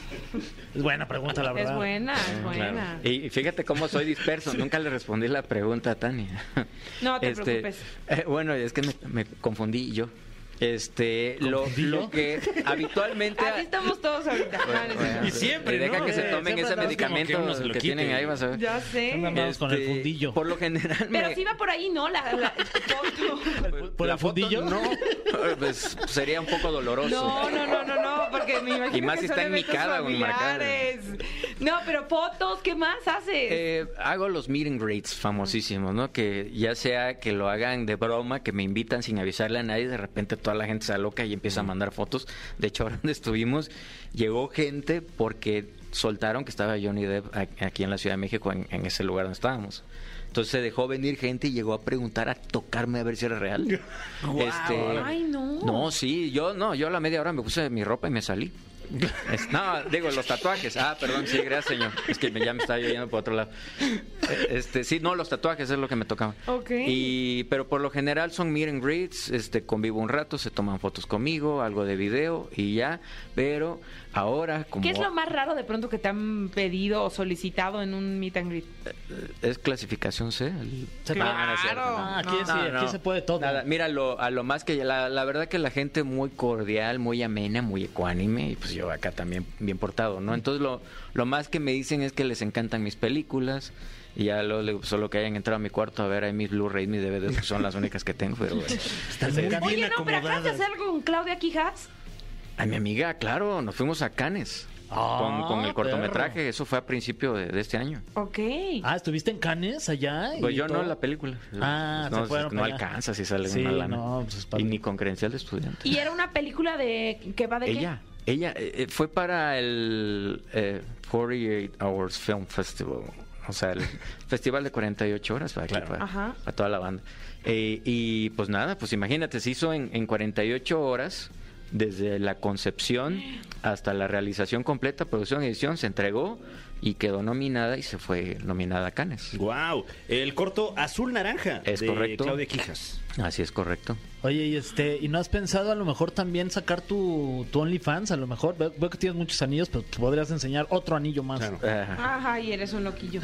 Speaker 3: Es buena pregunta, la verdad.
Speaker 2: Es buena, es buena.
Speaker 6: Y y fíjate cómo soy disperso. Nunca le respondí la pregunta a Tania.
Speaker 2: No te preocupes.
Speaker 6: eh, bueno, es que me, me confundí yo. Este, lo,
Speaker 3: ¿Confundí
Speaker 6: lo
Speaker 3: yo?
Speaker 6: que habitualmente.
Speaker 2: Así estamos todos ahorita.
Speaker 6: [LAUGHS] Bueno,
Speaker 2: Ah, no es
Speaker 6: bueno,
Speaker 2: cierto.
Speaker 4: Y siempre,
Speaker 6: y deja
Speaker 4: ¿no?
Speaker 6: que se
Speaker 4: Eh,
Speaker 6: tomen
Speaker 3: siempre
Speaker 6: ese
Speaker 3: andamos
Speaker 6: medicamento
Speaker 4: como que
Speaker 6: que,
Speaker 4: uno se lo quite.
Speaker 6: tienen ahí, vas a ver.
Speaker 2: Ya sé.
Speaker 3: Andamos con el fundillo.
Speaker 6: Este, Por lo general.
Speaker 2: Pero
Speaker 6: me-
Speaker 2: sí va por ahí, ¿no? La, la- todo.
Speaker 3: ¿Por
Speaker 6: la
Speaker 3: el
Speaker 6: foto
Speaker 3: fundillo?
Speaker 6: No, eh, pues sería un poco doloroso.
Speaker 2: No, no, no, no, no, porque me imagino
Speaker 6: Y más
Speaker 2: que
Speaker 6: si
Speaker 2: son
Speaker 6: está en mi
Speaker 2: eventos
Speaker 6: cara, güey, marcada.
Speaker 2: familiares. No, pero fotos, ¿qué más haces?
Speaker 6: Eh, hago los meet and greets famosísimos, ¿no? Que ya sea que lo hagan de broma, que me invitan sin avisarle a nadie, de repente toda la gente se loca y empieza a mandar fotos. De hecho, [LAUGHS] ahora donde estuvimos, llegó gente porque soltaron que estaba Johnny Depp a- aquí en la Ciudad de México, en, en ese lugar donde estábamos. Entonces se dejó venir gente y llegó a preguntar, a tocarme a ver si era real. Este,
Speaker 2: Ay, no.
Speaker 6: No, sí, yo no, yo a la media hora me puse mi ropa y me salí. Es- No, digo, los tatuajes. Ah, perdón, sí, gracias, señor. Es que me- ya me estaba yo yendo por otro lado. Eh, Este, sí, no, los tatuajes es lo que me tocaba.
Speaker 2: Ok.
Speaker 6: Y, pero por lo general son meet and greets, este, convivo un rato, se toman fotos conmigo, algo de video y ya. Pero ahora, como
Speaker 2: ¿Qué es lo más raro de pronto que te han pedido o solicitado en un meet and greet?
Speaker 6: es clasificación C. el-
Speaker 3: Se-
Speaker 6: No, no es cierto, no.
Speaker 3: Ah, aquí, sí, aquí se puede todo.
Speaker 6: Nada, mira, lo, a lo más que la, la verdad que la gente muy cordial, muy amena, muy ecuánime, y pues yo acá también bien portado, ¿no? Entonces lo, lo más que me dicen es que les encantan mis películas, y ya lo, le digo, pues, solo que hayan entrado a mi cuarto a ver ahí mis Blu-rays, mis DVDs,
Speaker 3: [LAUGHS]
Speaker 6: que son las únicas que tengo, pero bueno.
Speaker 3: Están muy bien
Speaker 2: Oye, no, pero acabas de
Speaker 3: acomodadas.
Speaker 2: hacer algo con Claudia Quijas.
Speaker 6: A mi amiga, claro, nos fuimos a Cannes
Speaker 3: Ah,
Speaker 6: con, con el
Speaker 3: perro.
Speaker 6: cortometraje, eso fue a principio de, de este año.
Speaker 2: Ok.
Speaker 3: Ah, ¿estuviste en Cannes allá? y
Speaker 6: Pues yo
Speaker 3: todo?
Speaker 6: no la película.
Speaker 3: Ah,
Speaker 6: no,
Speaker 3: se fueron
Speaker 6: no
Speaker 3: para allá.
Speaker 6: alcanza si sale
Speaker 3: Sí,
Speaker 6: una lana.
Speaker 3: no, pues, es padre.
Speaker 6: y ni con credencial de estudiante.
Speaker 2: ¿Y era una película de que va de
Speaker 6: Ella, ella eh, eh, fue para el eh, 48 Hours Film Festival, o
Speaker 4: [LAUGHS]
Speaker 6: sea, el festival de 48 horas para, aquí, para-
Speaker 2: Ajá.
Speaker 6: para toda la banda. Eh, y pues nada, pues imagínate, se hizo en, en 48 horas, desde la concepción hasta la realización completa, producción, edición, se entregó y quedó nominada y se fue nominada a Cannes.
Speaker 4: Wow, el corto azul naranja
Speaker 6: Es
Speaker 4: de
Speaker 6: correcto.
Speaker 4: Claudia Quijas.
Speaker 6: Así es correcto.
Speaker 3: Oye, y este, ¿y no has pensado a lo mejor también sacar tu, tu OnlyFans? A lo mejor, veo, veo que tienes muchos anillos, pero te podrías enseñar otro anillo más.
Speaker 4: Claro.
Speaker 6: Ah.
Speaker 2: qué? Ajá, y eres un loquillo.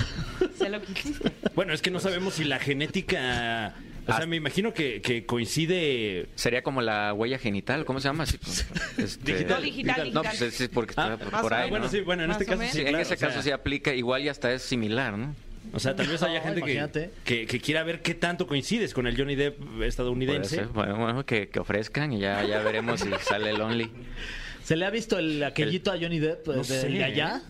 Speaker 2: Se lo quisiste.
Speaker 4: Bueno, es que no sabemos si la genética. O sea, me imagino que, que coincide.
Speaker 6: Sería como la huella genital, ¿cómo se llama?
Speaker 4: [LAUGHS]
Speaker 6: Sí, pues, este-
Speaker 4: Digital,
Speaker 2: No, digital,
Speaker 6: No,
Speaker 2: digital.
Speaker 6: pues es- es porque está
Speaker 4: Ah,
Speaker 6: por,
Speaker 4: más
Speaker 6: por
Speaker 4: o menos.
Speaker 6: ahí.
Speaker 4: bueno,
Speaker 6: ¿no?
Speaker 4: sí, bueno, en
Speaker 2: Más
Speaker 4: este
Speaker 2: o
Speaker 4: caso
Speaker 2: menos.
Speaker 4: sí,
Speaker 6: Sí,
Speaker 4: claro,
Speaker 6: en ese
Speaker 4: o sea,
Speaker 6: caso sí aplica, igual y hasta es similar, ¿no?
Speaker 4: O sea, tal vez haya
Speaker 3: No,
Speaker 4: gente que,
Speaker 3: imagínate.
Speaker 4: que, que quiera ver qué tanto coincides con el Johnny Depp
Speaker 6: Puede
Speaker 4: estadounidense.
Speaker 6: ser, Bueno, bueno, que, que ofrezcan y ya, ya
Speaker 4: [LAUGHS]
Speaker 6: veremos si sale el Only.
Speaker 3: ¿Se le ha visto el aquellito a Johnny Depp
Speaker 4: No
Speaker 3: eh, de,
Speaker 4: sé, Pues
Speaker 3: de allá?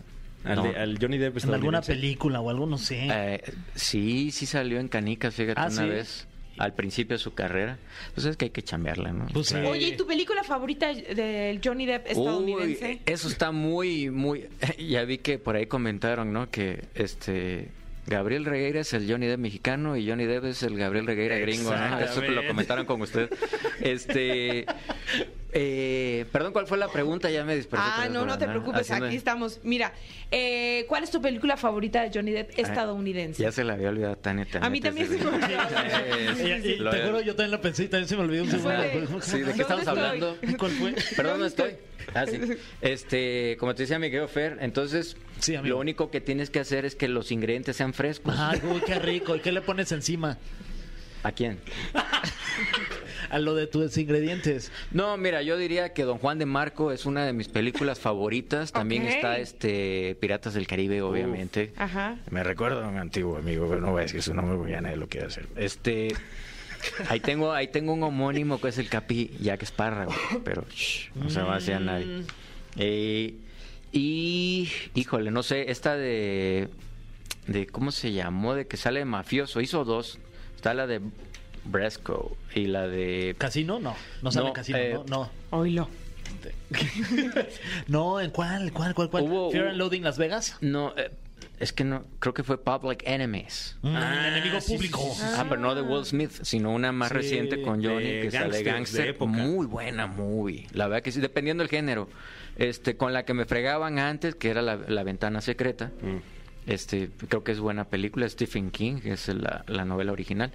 Speaker 4: Al,
Speaker 6: No.
Speaker 4: de- al Johnny Depp
Speaker 3: En alguna
Speaker 4: estadounidense.
Speaker 3: película o algo, no sé.
Speaker 6: Eh, sí, sí salió en Canicas, fíjate,
Speaker 3: Ah,
Speaker 6: una
Speaker 3: ¿sí?
Speaker 6: vez, al principio de su carrera. Pues es que hay que chambearla, ¿no?
Speaker 3: Pues sí.
Speaker 2: Oye, ¿y tu película favorita del Johnny Depp estadounidense?
Speaker 6: Uy, eso está muy, muy... [LAUGHS] Ya vi que por ahí comentaron, ¿no? Que este... Gabriel Regueira es el Johnny Depp mexicano y Johnny Depp es el Gabriel Regueira gringo, ¿no? Eso lo
Speaker 4: Exactamente.
Speaker 6: comentaron con usted. Este... eh, perdón, ¿cuál fue la pregunta? Ya me dispersé.
Speaker 2: Ah,
Speaker 6: pero
Speaker 2: no,
Speaker 6: es
Speaker 2: no te
Speaker 6: verdad,
Speaker 2: preocupes,
Speaker 6: Haciendo-
Speaker 2: aquí estamos. Mira, eh, ¿cuál es tu película favorita de Johnny Depp estadounidense?
Speaker 6: Ya se la había olvidado Tania
Speaker 2: A mí también se me
Speaker 6: [LAUGHS]
Speaker 2: olvidó.
Speaker 3: Y- y
Speaker 6: Lo-
Speaker 3: te juro, yo también la pensé y también se me olvidó un
Speaker 2: ¿Qué fue
Speaker 3: segundo.
Speaker 2: de-
Speaker 6: Sí, ¿de
Speaker 2: ¿Dónde
Speaker 6: qué estamos
Speaker 2: estoy?
Speaker 6: hablando?
Speaker 3: ¿Cuál fue?
Speaker 6: [LAUGHS] Perdón, no estoy. Ah, sí. Este, como te decía mi querido Fer, entonces
Speaker 3: Sí, amigo.
Speaker 6: lo único que tienes que hacer es que los ingredientes sean frescos.
Speaker 3: Ay, uy, qué rico. ¿Y qué le pones encima?
Speaker 6: ¿A quién?
Speaker 3: A lo de tus ingredientes.
Speaker 6: No, mira, yo diría que Don Juan de Marco es una de mis películas favoritas. También
Speaker 2: Ok.
Speaker 6: está este Piratas del Caribe, obviamente.
Speaker 2: Ajá.
Speaker 6: Me recuerdo a un antiguo amigo, pero no voy a decir su nombre porque ya nadie lo quiere hacer. Este. Ahí tengo, ahí tengo un homónimo que es el Capi Jack Esparrago, pero shh, no se va a decir a nadie. Eh, y, híjole, no sé, esta de, de, ¿cómo se llamó? De que sale mafioso, hizo dos. Está la de Bresco y la de...
Speaker 3: ¿Casino? No. No sale
Speaker 6: No,
Speaker 3: casino,
Speaker 6: eh,
Speaker 3: ¿no? No.
Speaker 2: Oilo.
Speaker 3: [LAUGHS] No, ¿en cuál? ¿Cuál? ¿Cuál? cuál?
Speaker 6: Hubo-
Speaker 3: ¿Fear
Speaker 6: hubo-
Speaker 3: and Loading Las Vegas?
Speaker 6: No, eh, es que no, creo que fue Public Enemies.
Speaker 3: Mm,
Speaker 4: Ah,
Speaker 3: enemigo
Speaker 4: sí, sí,
Speaker 3: público.
Speaker 6: Ah, pero no de Will Smith, sino una más
Speaker 4: Sí,
Speaker 6: reciente con Johnny
Speaker 4: de
Speaker 6: que
Speaker 4: gangsters de
Speaker 6: sale Gangster.
Speaker 4: época.
Speaker 6: Muy buena movie. La verdad que sí, dependiendo del género. Este, con la que me fregaban antes, que era la, La ventana secreta.
Speaker 4: Mm.
Speaker 6: Este, creo que es buena película. Stephen King, que es la, la novela original.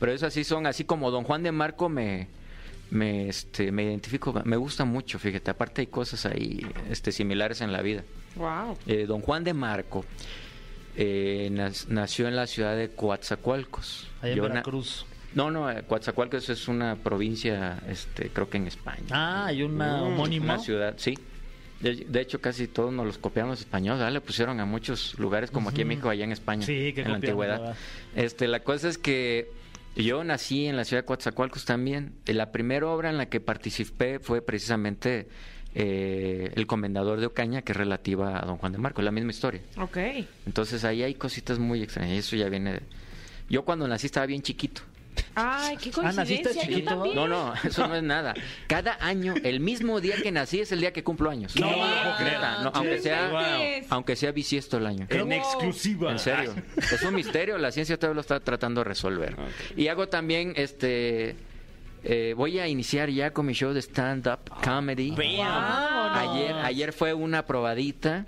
Speaker 6: Pero esas sí son así como Don Juan de Marco me me este me identifico, me gusta mucho, fíjate, aparte hay cosas ahí este similares en la vida.
Speaker 2: Wow.
Speaker 6: Eh, don Juan de Marco eh, nas- nació en la ciudad de Coatzacoalcos.
Speaker 3: Allá en
Speaker 6: Yo na-
Speaker 3: Veracruz.
Speaker 6: No, no, eh, Coatzacoalcos es una provincia, este, creo que en España.
Speaker 3: Ah, hay una homónima.
Speaker 6: Mm, Una ciudad, sí. De, de hecho, casi todos nos los copiaron los españoles. ¿verdad? Le pusieron a muchos lugares, como aquí en México, allá en España.
Speaker 3: Sí, que
Speaker 6: En la
Speaker 3: copiamos, la
Speaker 6: antigüedad.
Speaker 3: verdad.
Speaker 6: Este, la cosa es que yo nací en la ciudad de Coatzacoalcos también. Y La primera obra en la que participé fue precisamente eh, El Comendador de Ocaña, que es relativa a Don Juan de Marco. Es la misma historia.
Speaker 2: Ok.
Speaker 6: Entonces ahí hay cositas muy extrañas. Eso ya viene de... Yo cuando nací estaba bien chiquito.
Speaker 2: Ay, qué
Speaker 3: Ah, ¿naciste
Speaker 2: coincidencia. Yo
Speaker 3: chiquito?
Speaker 2: también.
Speaker 6: No, no, [LAUGHS] eso no es nada. Cada año, el mismo día que nací es el día que cumplo años.
Speaker 4: No, no lo puedo creer.
Speaker 6: Neta, no, aunque, sea,
Speaker 5: inventes.
Speaker 6: aunque sea bisiesto el año.
Speaker 4: En exclusiva. [LAUGHS]
Speaker 6: En serio. Es un misterio, la ciencia todavía lo está tratando de resolver. Y hago también, este, eh, voy a iniciar ya con mi show de stand-up comedy.
Speaker 2: Ah,
Speaker 6: Ayer, ayer fue una probadita.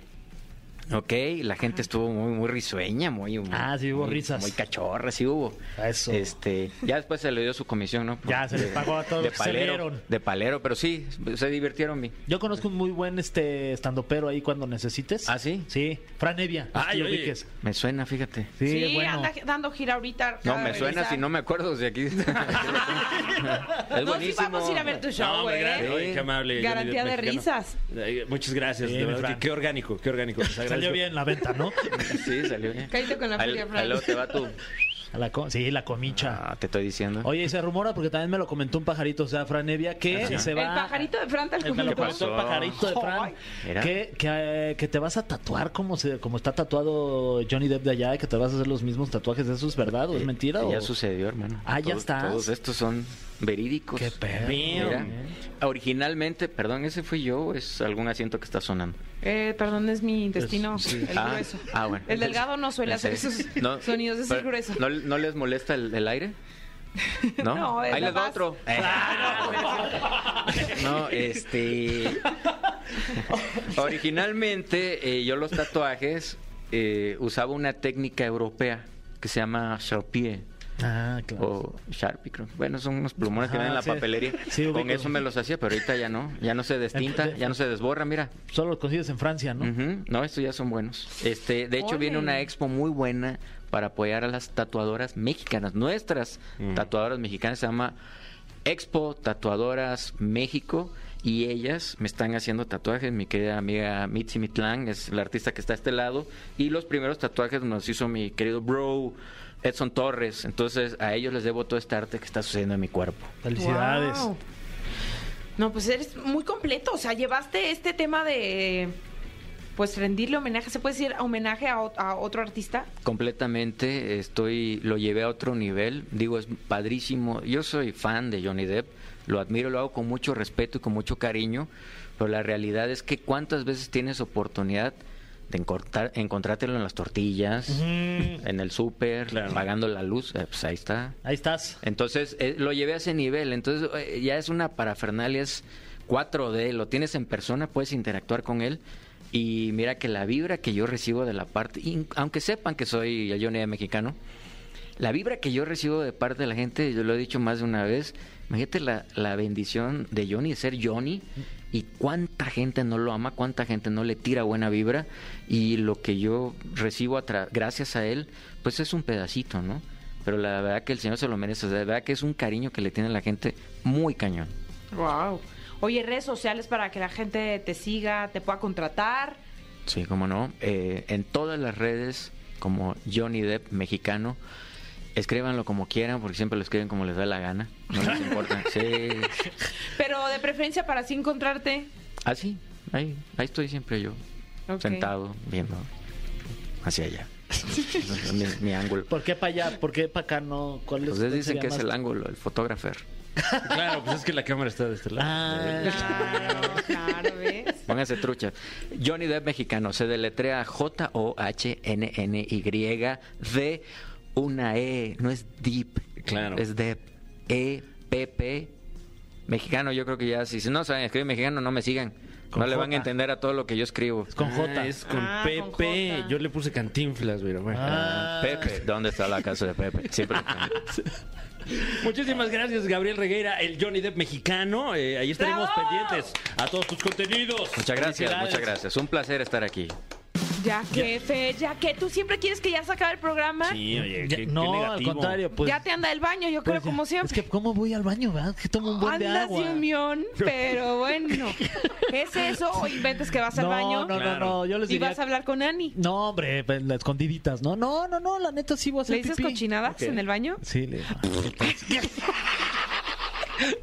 Speaker 6: Ok, la gente estuvo muy, muy risueña, muy, muy-
Speaker 3: Ah, sí hubo
Speaker 6: muy-
Speaker 3: risas.
Speaker 6: Muy cachorra, sí hubo.
Speaker 3: Eso.
Speaker 6: Este, ya después se le dio su comisión, ¿no?
Speaker 3: Ya, se les pagó a todos
Speaker 6: De
Speaker 3: los que se
Speaker 6: palero,
Speaker 3: rieron.
Speaker 6: de palero, pero sí, se divirtieron bien.
Speaker 3: Yo conozco un muy buen este estandopero ahí cuando necesites.
Speaker 6: ¿Ah, sí?
Speaker 3: Sí, Fran Evia. no sé
Speaker 4: Ay,
Speaker 3: si lo
Speaker 4: oye.
Speaker 3: ubiques.
Speaker 6: Me suena, fíjate.
Speaker 3: Sí,
Speaker 2: Sí,
Speaker 3: es bueno.
Speaker 2: anda dando gira ahorita.
Speaker 6: No,
Speaker 2: cada
Speaker 6: me suena
Speaker 2: revista.
Speaker 6: si no me acuerdo
Speaker 2: [LAUGHS]
Speaker 6: de aquí. es
Speaker 2: No, sí vamos a ir a ver tu
Speaker 4: No,
Speaker 2: show, ¿eh?
Speaker 4: hombre,
Speaker 2: güey.
Speaker 4: gracias. Oye, qué amable.
Speaker 2: Garantía
Speaker 4: Johnny Depp
Speaker 2: de
Speaker 4: mexicano.
Speaker 2: risas.
Speaker 4: Eh, Muchas gracias.
Speaker 3: Bien,
Speaker 4: de verdad,
Speaker 3: Fran.
Speaker 4: que- qué orgánico, qué orgánico. Les
Speaker 3: Salió
Speaker 4: agradezco.
Speaker 3: bien la venta, ¿no?
Speaker 6: [LAUGHS] Sí, salió bien.
Speaker 2: Cállate con la
Speaker 6: Al-
Speaker 2: feria,
Speaker 6: al
Speaker 2: Fran.
Speaker 6: luego te
Speaker 3: [LAUGHS]
Speaker 6: va tu...
Speaker 3: A la co- sí, la comicha.
Speaker 6: Ah, te estoy diciendo.
Speaker 3: Oye, y se rumora porque también me lo comentó un pajarito, o sea, Fran Evia, que se
Speaker 2: El
Speaker 3: va.
Speaker 2: pajarito de Fran tal
Speaker 3: El que
Speaker 2: como
Speaker 3: lo
Speaker 2: lo
Speaker 3: comentó el
Speaker 6: pasó?
Speaker 3: pajarito de Fran.
Speaker 2: Ay.
Speaker 6: Mira.
Speaker 3: Que, que, eh, que te vas a tatuar como se, como está tatuado Johnny Depp de allá, y que te vas a hacer los mismos tatuajes de esos, ¿verdad? ¿O es mentira?
Speaker 6: Ya
Speaker 3: o-
Speaker 6: sucedió, hermano.
Speaker 3: Ah, ya
Speaker 6: Todos-
Speaker 3: estás.
Speaker 6: Todos estos son verídicos.
Speaker 3: Qué perro.
Speaker 6: Mira,
Speaker 3: Bien.
Speaker 6: originalmente, perdón, ese fui yo, o es algún asiento que está sonando.
Speaker 2: Eh, perdón, es mi intestino, el
Speaker 6: ah,
Speaker 2: grueso.
Speaker 6: ah, bueno.
Speaker 2: El delgado no suele hacer
Speaker 6: Ese-
Speaker 2: esos
Speaker 6: no,
Speaker 2: sonidos, es el
Speaker 6: pero,
Speaker 2: grueso.
Speaker 6: ¿no, no les molesta el, el aire?
Speaker 2: [LAUGHS]
Speaker 6: No,
Speaker 2: No, es
Speaker 6: ahí
Speaker 2: la
Speaker 6: les va
Speaker 2: paz. [LAUGHS]
Speaker 6: otro. No, este. Originalmente, eh, yo los tatuajes eh, usaba una técnica europea que se llama Sharpie.
Speaker 3: Ah, claro.
Speaker 6: o Sharpie, creo. Bueno, son unos plumones que
Speaker 3: Ajá,
Speaker 6: ven en la
Speaker 3: sí.
Speaker 6: papelería.
Speaker 3: Sí,
Speaker 6: Con
Speaker 3: ubico.
Speaker 6: eso me los hacía, pero ahorita ya no. Ya no se destinta, ya no se desborra, mira.
Speaker 3: Solo lo consigues en Francia, ¿no?
Speaker 6: Ujú, No, estos ya son buenos. Este, de hecho,
Speaker 2: Ole.
Speaker 6: viene una expo muy buena para apoyar a las tatuadoras mexicanas, nuestras tatuadoras mexicanas, se llama Expo Tatuadoras México. Y ellas me están haciendo tatuajes. Mi querida amiga Mitzi Mitlán es la artista que está a este lado. Y los primeros tatuajes nos hizo mi querido bro Edson Torres. Entonces, a ellos les debo todo este arte que está sucediendo en mi cuerpo.
Speaker 3: Felicidades.
Speaker 2: Wow. No, pues eres muy completo. O sea, llevaste este tema de. Pues rendirle homenaje. ¿Se puede decir homenaje a, ot- a otro artista?
Speaker 6: Completamente, estoy, lo llevé a otro nivel. Digo, es padrísimo. Yo soy fan de Johnny Depp, lo admiro, lo hago con mucho respeto y con mucho cariño, pero la realidad es que cuántas veces tienes oportunidad de encortar- encontrártelo en las tortillas, en el súper, pagando la luz, eh, pues ahí está.
Speaker 3: Ahí estás.
Speaker 6: Entonces, eh, lo llevé a ese nivel. Entonces, eh, ya es una parafernalia, es 4D, lo tienes en persona, puedes interactuar con él. Y mira que la vibra que yo recibo de la parte, in- aunque sepan que soy el Johnny Depp mexicano, la vibra que yo recibo de parte de la gente, yo lo he dicho más de una vez, imagínate la, la bendición de Johnny, de ser Johnny, y cuánta gente no lo ama, cuánta gente no le tira buena vibra, y lo que yo recibo a tra- gracias a él, pues es un pedacito, ¿no? Pero la verdad que el Señor se lo merece, o sea, la verdad que es un cariño que le tiene la gente muy cañón.
Speaker 2: Wow. Oye, redes sociales para que la gente te siga, te pueda contratar.
Speaker 6: Sí, cómo no. Eh, en todas las redes, como Johnny Depp mexicano, escríbanlo como quieran, porque siempre lo escriben como les da la gana. No les importa. Sí.
Speaker 2: Pero de preferencia para así encontrarte.
Speaker 6: Ah, sí, ahí, ahí estoy siempre yo,
Speaker 2: Ok.
Speaker 6: sentado, viendo
Speaker 3: [LAUGHS]
Speaker 6: hacia allá. Es mi, mi ángulo.
Speaker 3: ¿Por qué para allá? ¿Por qué para acá no? ¿Cuál es,
Speaker 6: Ustedes
Speaker 3: cuál
Speaker 6: Pues dicen
Speaker 3: sería
Speaker 6: que es
Speaker 3: más-
Speaker 6: el ángulo, el fotógrafo.
Speaker 4: [LAUGHS] Claro, pues es que la cámara está de este lado.
Speaker 3: Ah,
Speaker 2: Claro, claro, ¿ves?
Speaker 6: Pónganse trucha. Johnny Depp mexicano, se deletrea J-O-H-N-N-Y de una E, no es Deep.
Speaker 4: Claro.
Speaker 6: Es Depp. E-P-P. Mexicano, yo creo que ya, si si no saben escribir mexicano, no me sigan.
Speaker 3: Con
Speaker 6: no le van a
Speaker 3: J.
Speaker 6: entender a todo lo que yo escribo.
Speaker 3: es con J.
Speaker 4: es con
Speaker 2: Ah, con
Speaker 4: Pepe.
Speaker 2: J.
Speaker 4: Yo le puse cantinflas, pero bueno.
Speaker 3: Ah.
Speaker 6: Pepe, ¿dónde está la casa de Pepe?
Speaker 3: [LAUGHS]
Speaker 6: Siempre.
Speaker 4: Muchísimas gracias, Gabriel Regueira, el Johnny Depp mexicano. Eh, ahí estaremos
Speaker 2: ¡Bravo!
Speaker 4: pendientes a todos tus contenidos.
Speaker 6: Muchas gracias,
Speaker 3: Felicidades.
Speaker 6: muchas gracias. Un placer estar aquí.
Speaker 2: Ya que, Fer, ya que tú siempre quieres que ya se acabe el programa.
Speaker 4: Sí, oye,
Speaker 3: Ya-
Speaker 4: qué- qué
Speaker 3: no, al
Speaker 4: negativo.
Speaker 3: contrario, pues.
Speaker 2: ya te anda el baño, yo
Speaker 3: pues
Speaker 2: creo,
Speaker 3: ya.
Speaker 2: como siempre.
Speaker 3: Es que, ¿cómo voy al baño, verdad? Que tomo un buen de
Speaker 2: Andas
Speaker 3: agua.
Speaker 2: de unión, pero bueno.
Speaker 3: [LAUGHS]
Speaker 2: ¿Es eso o inventas que vas al
Speaker 3: No,
Speaker 2: baño?
Speaker 3: no, no,
Speaker 4: Claro.
Speaker 3: no. Yo les
Speaker 2: Y
Speaker 3: diría.
Speaker 2: vas a hablar con Ani.
Speaker 3: No, hombre, pues, las escondiditas, ¿no? No, no, no, la neta sí voy a hacer
Speaker 2: ¿Le dices
Speaker 3: pipí.
Speaker 2: cochinadas en el baño?
Speaker 3: Sí, le [LAUGHS]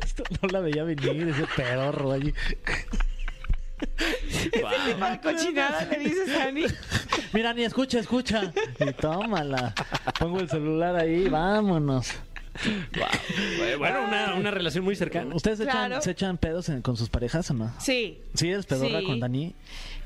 Speaker 3: Esto no la veía venir, ese pedorro allí.
Speaker 5: Ah,
Speaker 3: [LAUGHS]
Speaker 2: Para cochinada le dices a Ani.
Speaker 3: Mira, ni escucha, escucha. Y tómala. Pongo el celular ahí, vámonos.
Speaker 4: Eh, Bueno, una, una relación muy cercana.
Speaker 3: ¿Ustedes se echan-
Speaker 5: Claro.
Speaker 3: se echan pedos en- con sus parejas o no?
Speaker 5: Sí.
Speaker 3: ¿Sí eres pedorra
Speaker 5: Sí.
Speaker 3: con Dani?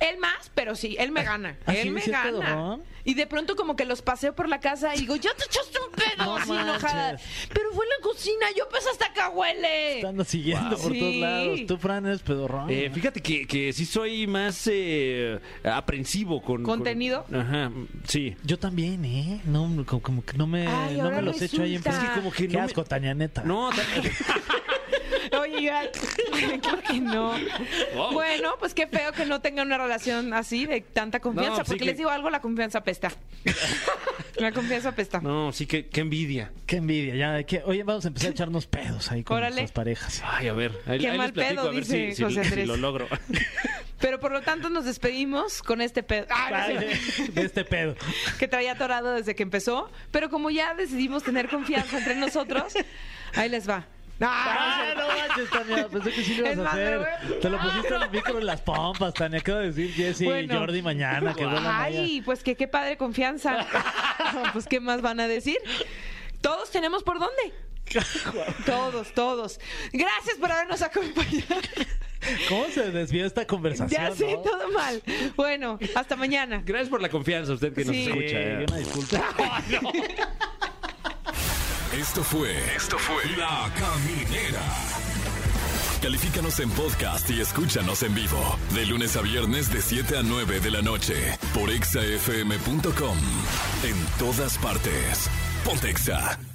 Speaker 5: Él más, pero sí, él me gana.
Speaker 3: ¿Ah,
Speaker 5: él
Speaker 3: sí?
Speaker 5: me
Speaker 3: ¿Sí es
Speaker 5: gana.
Speaker 3: pedorrón?
Speaker 5: Y de pronto como que los paseo por la casa y digo, yo te echaste un pedo
Speaker 3: No
Speaker 5: así enojada. Pero fue en la cocina, yo pues hasta que huele.
Speaker 3: Te ando siguiendo por todos
Speaker 5: Sí.
Speaker 3: lados. Tú, Fran, eres pedorrón.
Speaker 4: Eh, fíjate que, que sí soy más eh, aprensivo con... con-
Speaker 5: ¿Contenido?
Speaker 4: ajá, sí.
Speaker 3: Yo también, ¿eh? No, como, como que no me,
Speaker 5: Ay,
Speaker 3: no
Speaker 5: ahora
Speaker 3: me los echo ahí en
Speaker 5: resulta. Es que
Speaker 4: como que
Speaker 3: Qué
Speaker 4: no me-
Speaker 3: asco, Tania, neta.
Speaker 4: No,
Speaker 5: [LAUGHS]
Speaker 4: también-
Speaker 5: Oye, yo [LAUGHS] creo que no. Bueno, pues qué feo que no tengan una relación así de tanta confianza,
Speaker 4: No, sí
Speaker 5: porque
Speaker 4: que-
Speaker 5: les digo algo, la confianza
Speaker 4: [LAUGHS]
Speaker 5: pesta. la confianza pesta.
Speaker 4: no, sí, que, qué envidia.
Speaker 3: Qué envidia, ya. de que- Oye, vamos a empezar a echarnos pedos ahí con
Speaker 5: Órale.
Speaker 3: nuestras parejas.
Speaker 4: Ay, a ver, ahí,
Speaker 5: Qué
Speaker 4: ahí
Speaker 5: mal
Speaker 4: les platico,
Speaker 5: pedo,
Speaker 4: a ver si-
Speaker 5: dice
Speaker 4: si-
Speaker 5: José
Speaker 4: si
Speaker 5: Andrés.
Speaker 4: lo logro. [LAUGHS]
Speaker 5: Pero por lo tanto nos despedimos con este pedo. Ah, no
Speaker 3: Vale, [LAUGHS]
Speaker 5: sé.
Speaker 3: de este pedo.
Speaker 5: que traía atorado desde que empezó, pero como ya decidimos tener confianza entre nosotros, ahí les va.
Speaker 3: Ah, no manches, Tania, pensé que sí lo
Speaker 5: Es
Speaker 3: ibas a
Speaker 5: más,
Speaker 3: hacer.
Speaker 5: me voy a-
Speaker 3: Te lo pusiste en el micro en las pompas, Tania. Acabo de decir Jessy
Speaker 5: Bueno.
Speaker 3: y Jordi mañana que vuelan allá.
Speaker 5: Ay, pues que qué
Speaker 3: [LAUGHS]
Speaker 5: padre confianza. pues qué más van a decir. Todos tenemos
Speaker 3: [LAUGHS]
Speaker 5: por dónde. Todos, todos. Gracias por habernos acompañado.
Speaker 3: ¿Cómo se desvió esta conversación?
Speaker 5: Ya sé,
Speaker 3: no?
Speaker 5: todo mal. Bueno, hasta mañana.
Speaker 4: Gracias por la confianza usted que nos
Speaker 5: Sí.
Speaker 4: escucha.
Speaker 3: Eh,
Speaker 4: eh.
Speaker 3: una disculpa.
Speaker 1: Esto fue. Esto fue. La Caminera. Califícanos en podcast y escúchanos en vivo. De lunes a viernes, de 7 a 9 de la noche. Por exafm.com. En todas partes. Pontexa.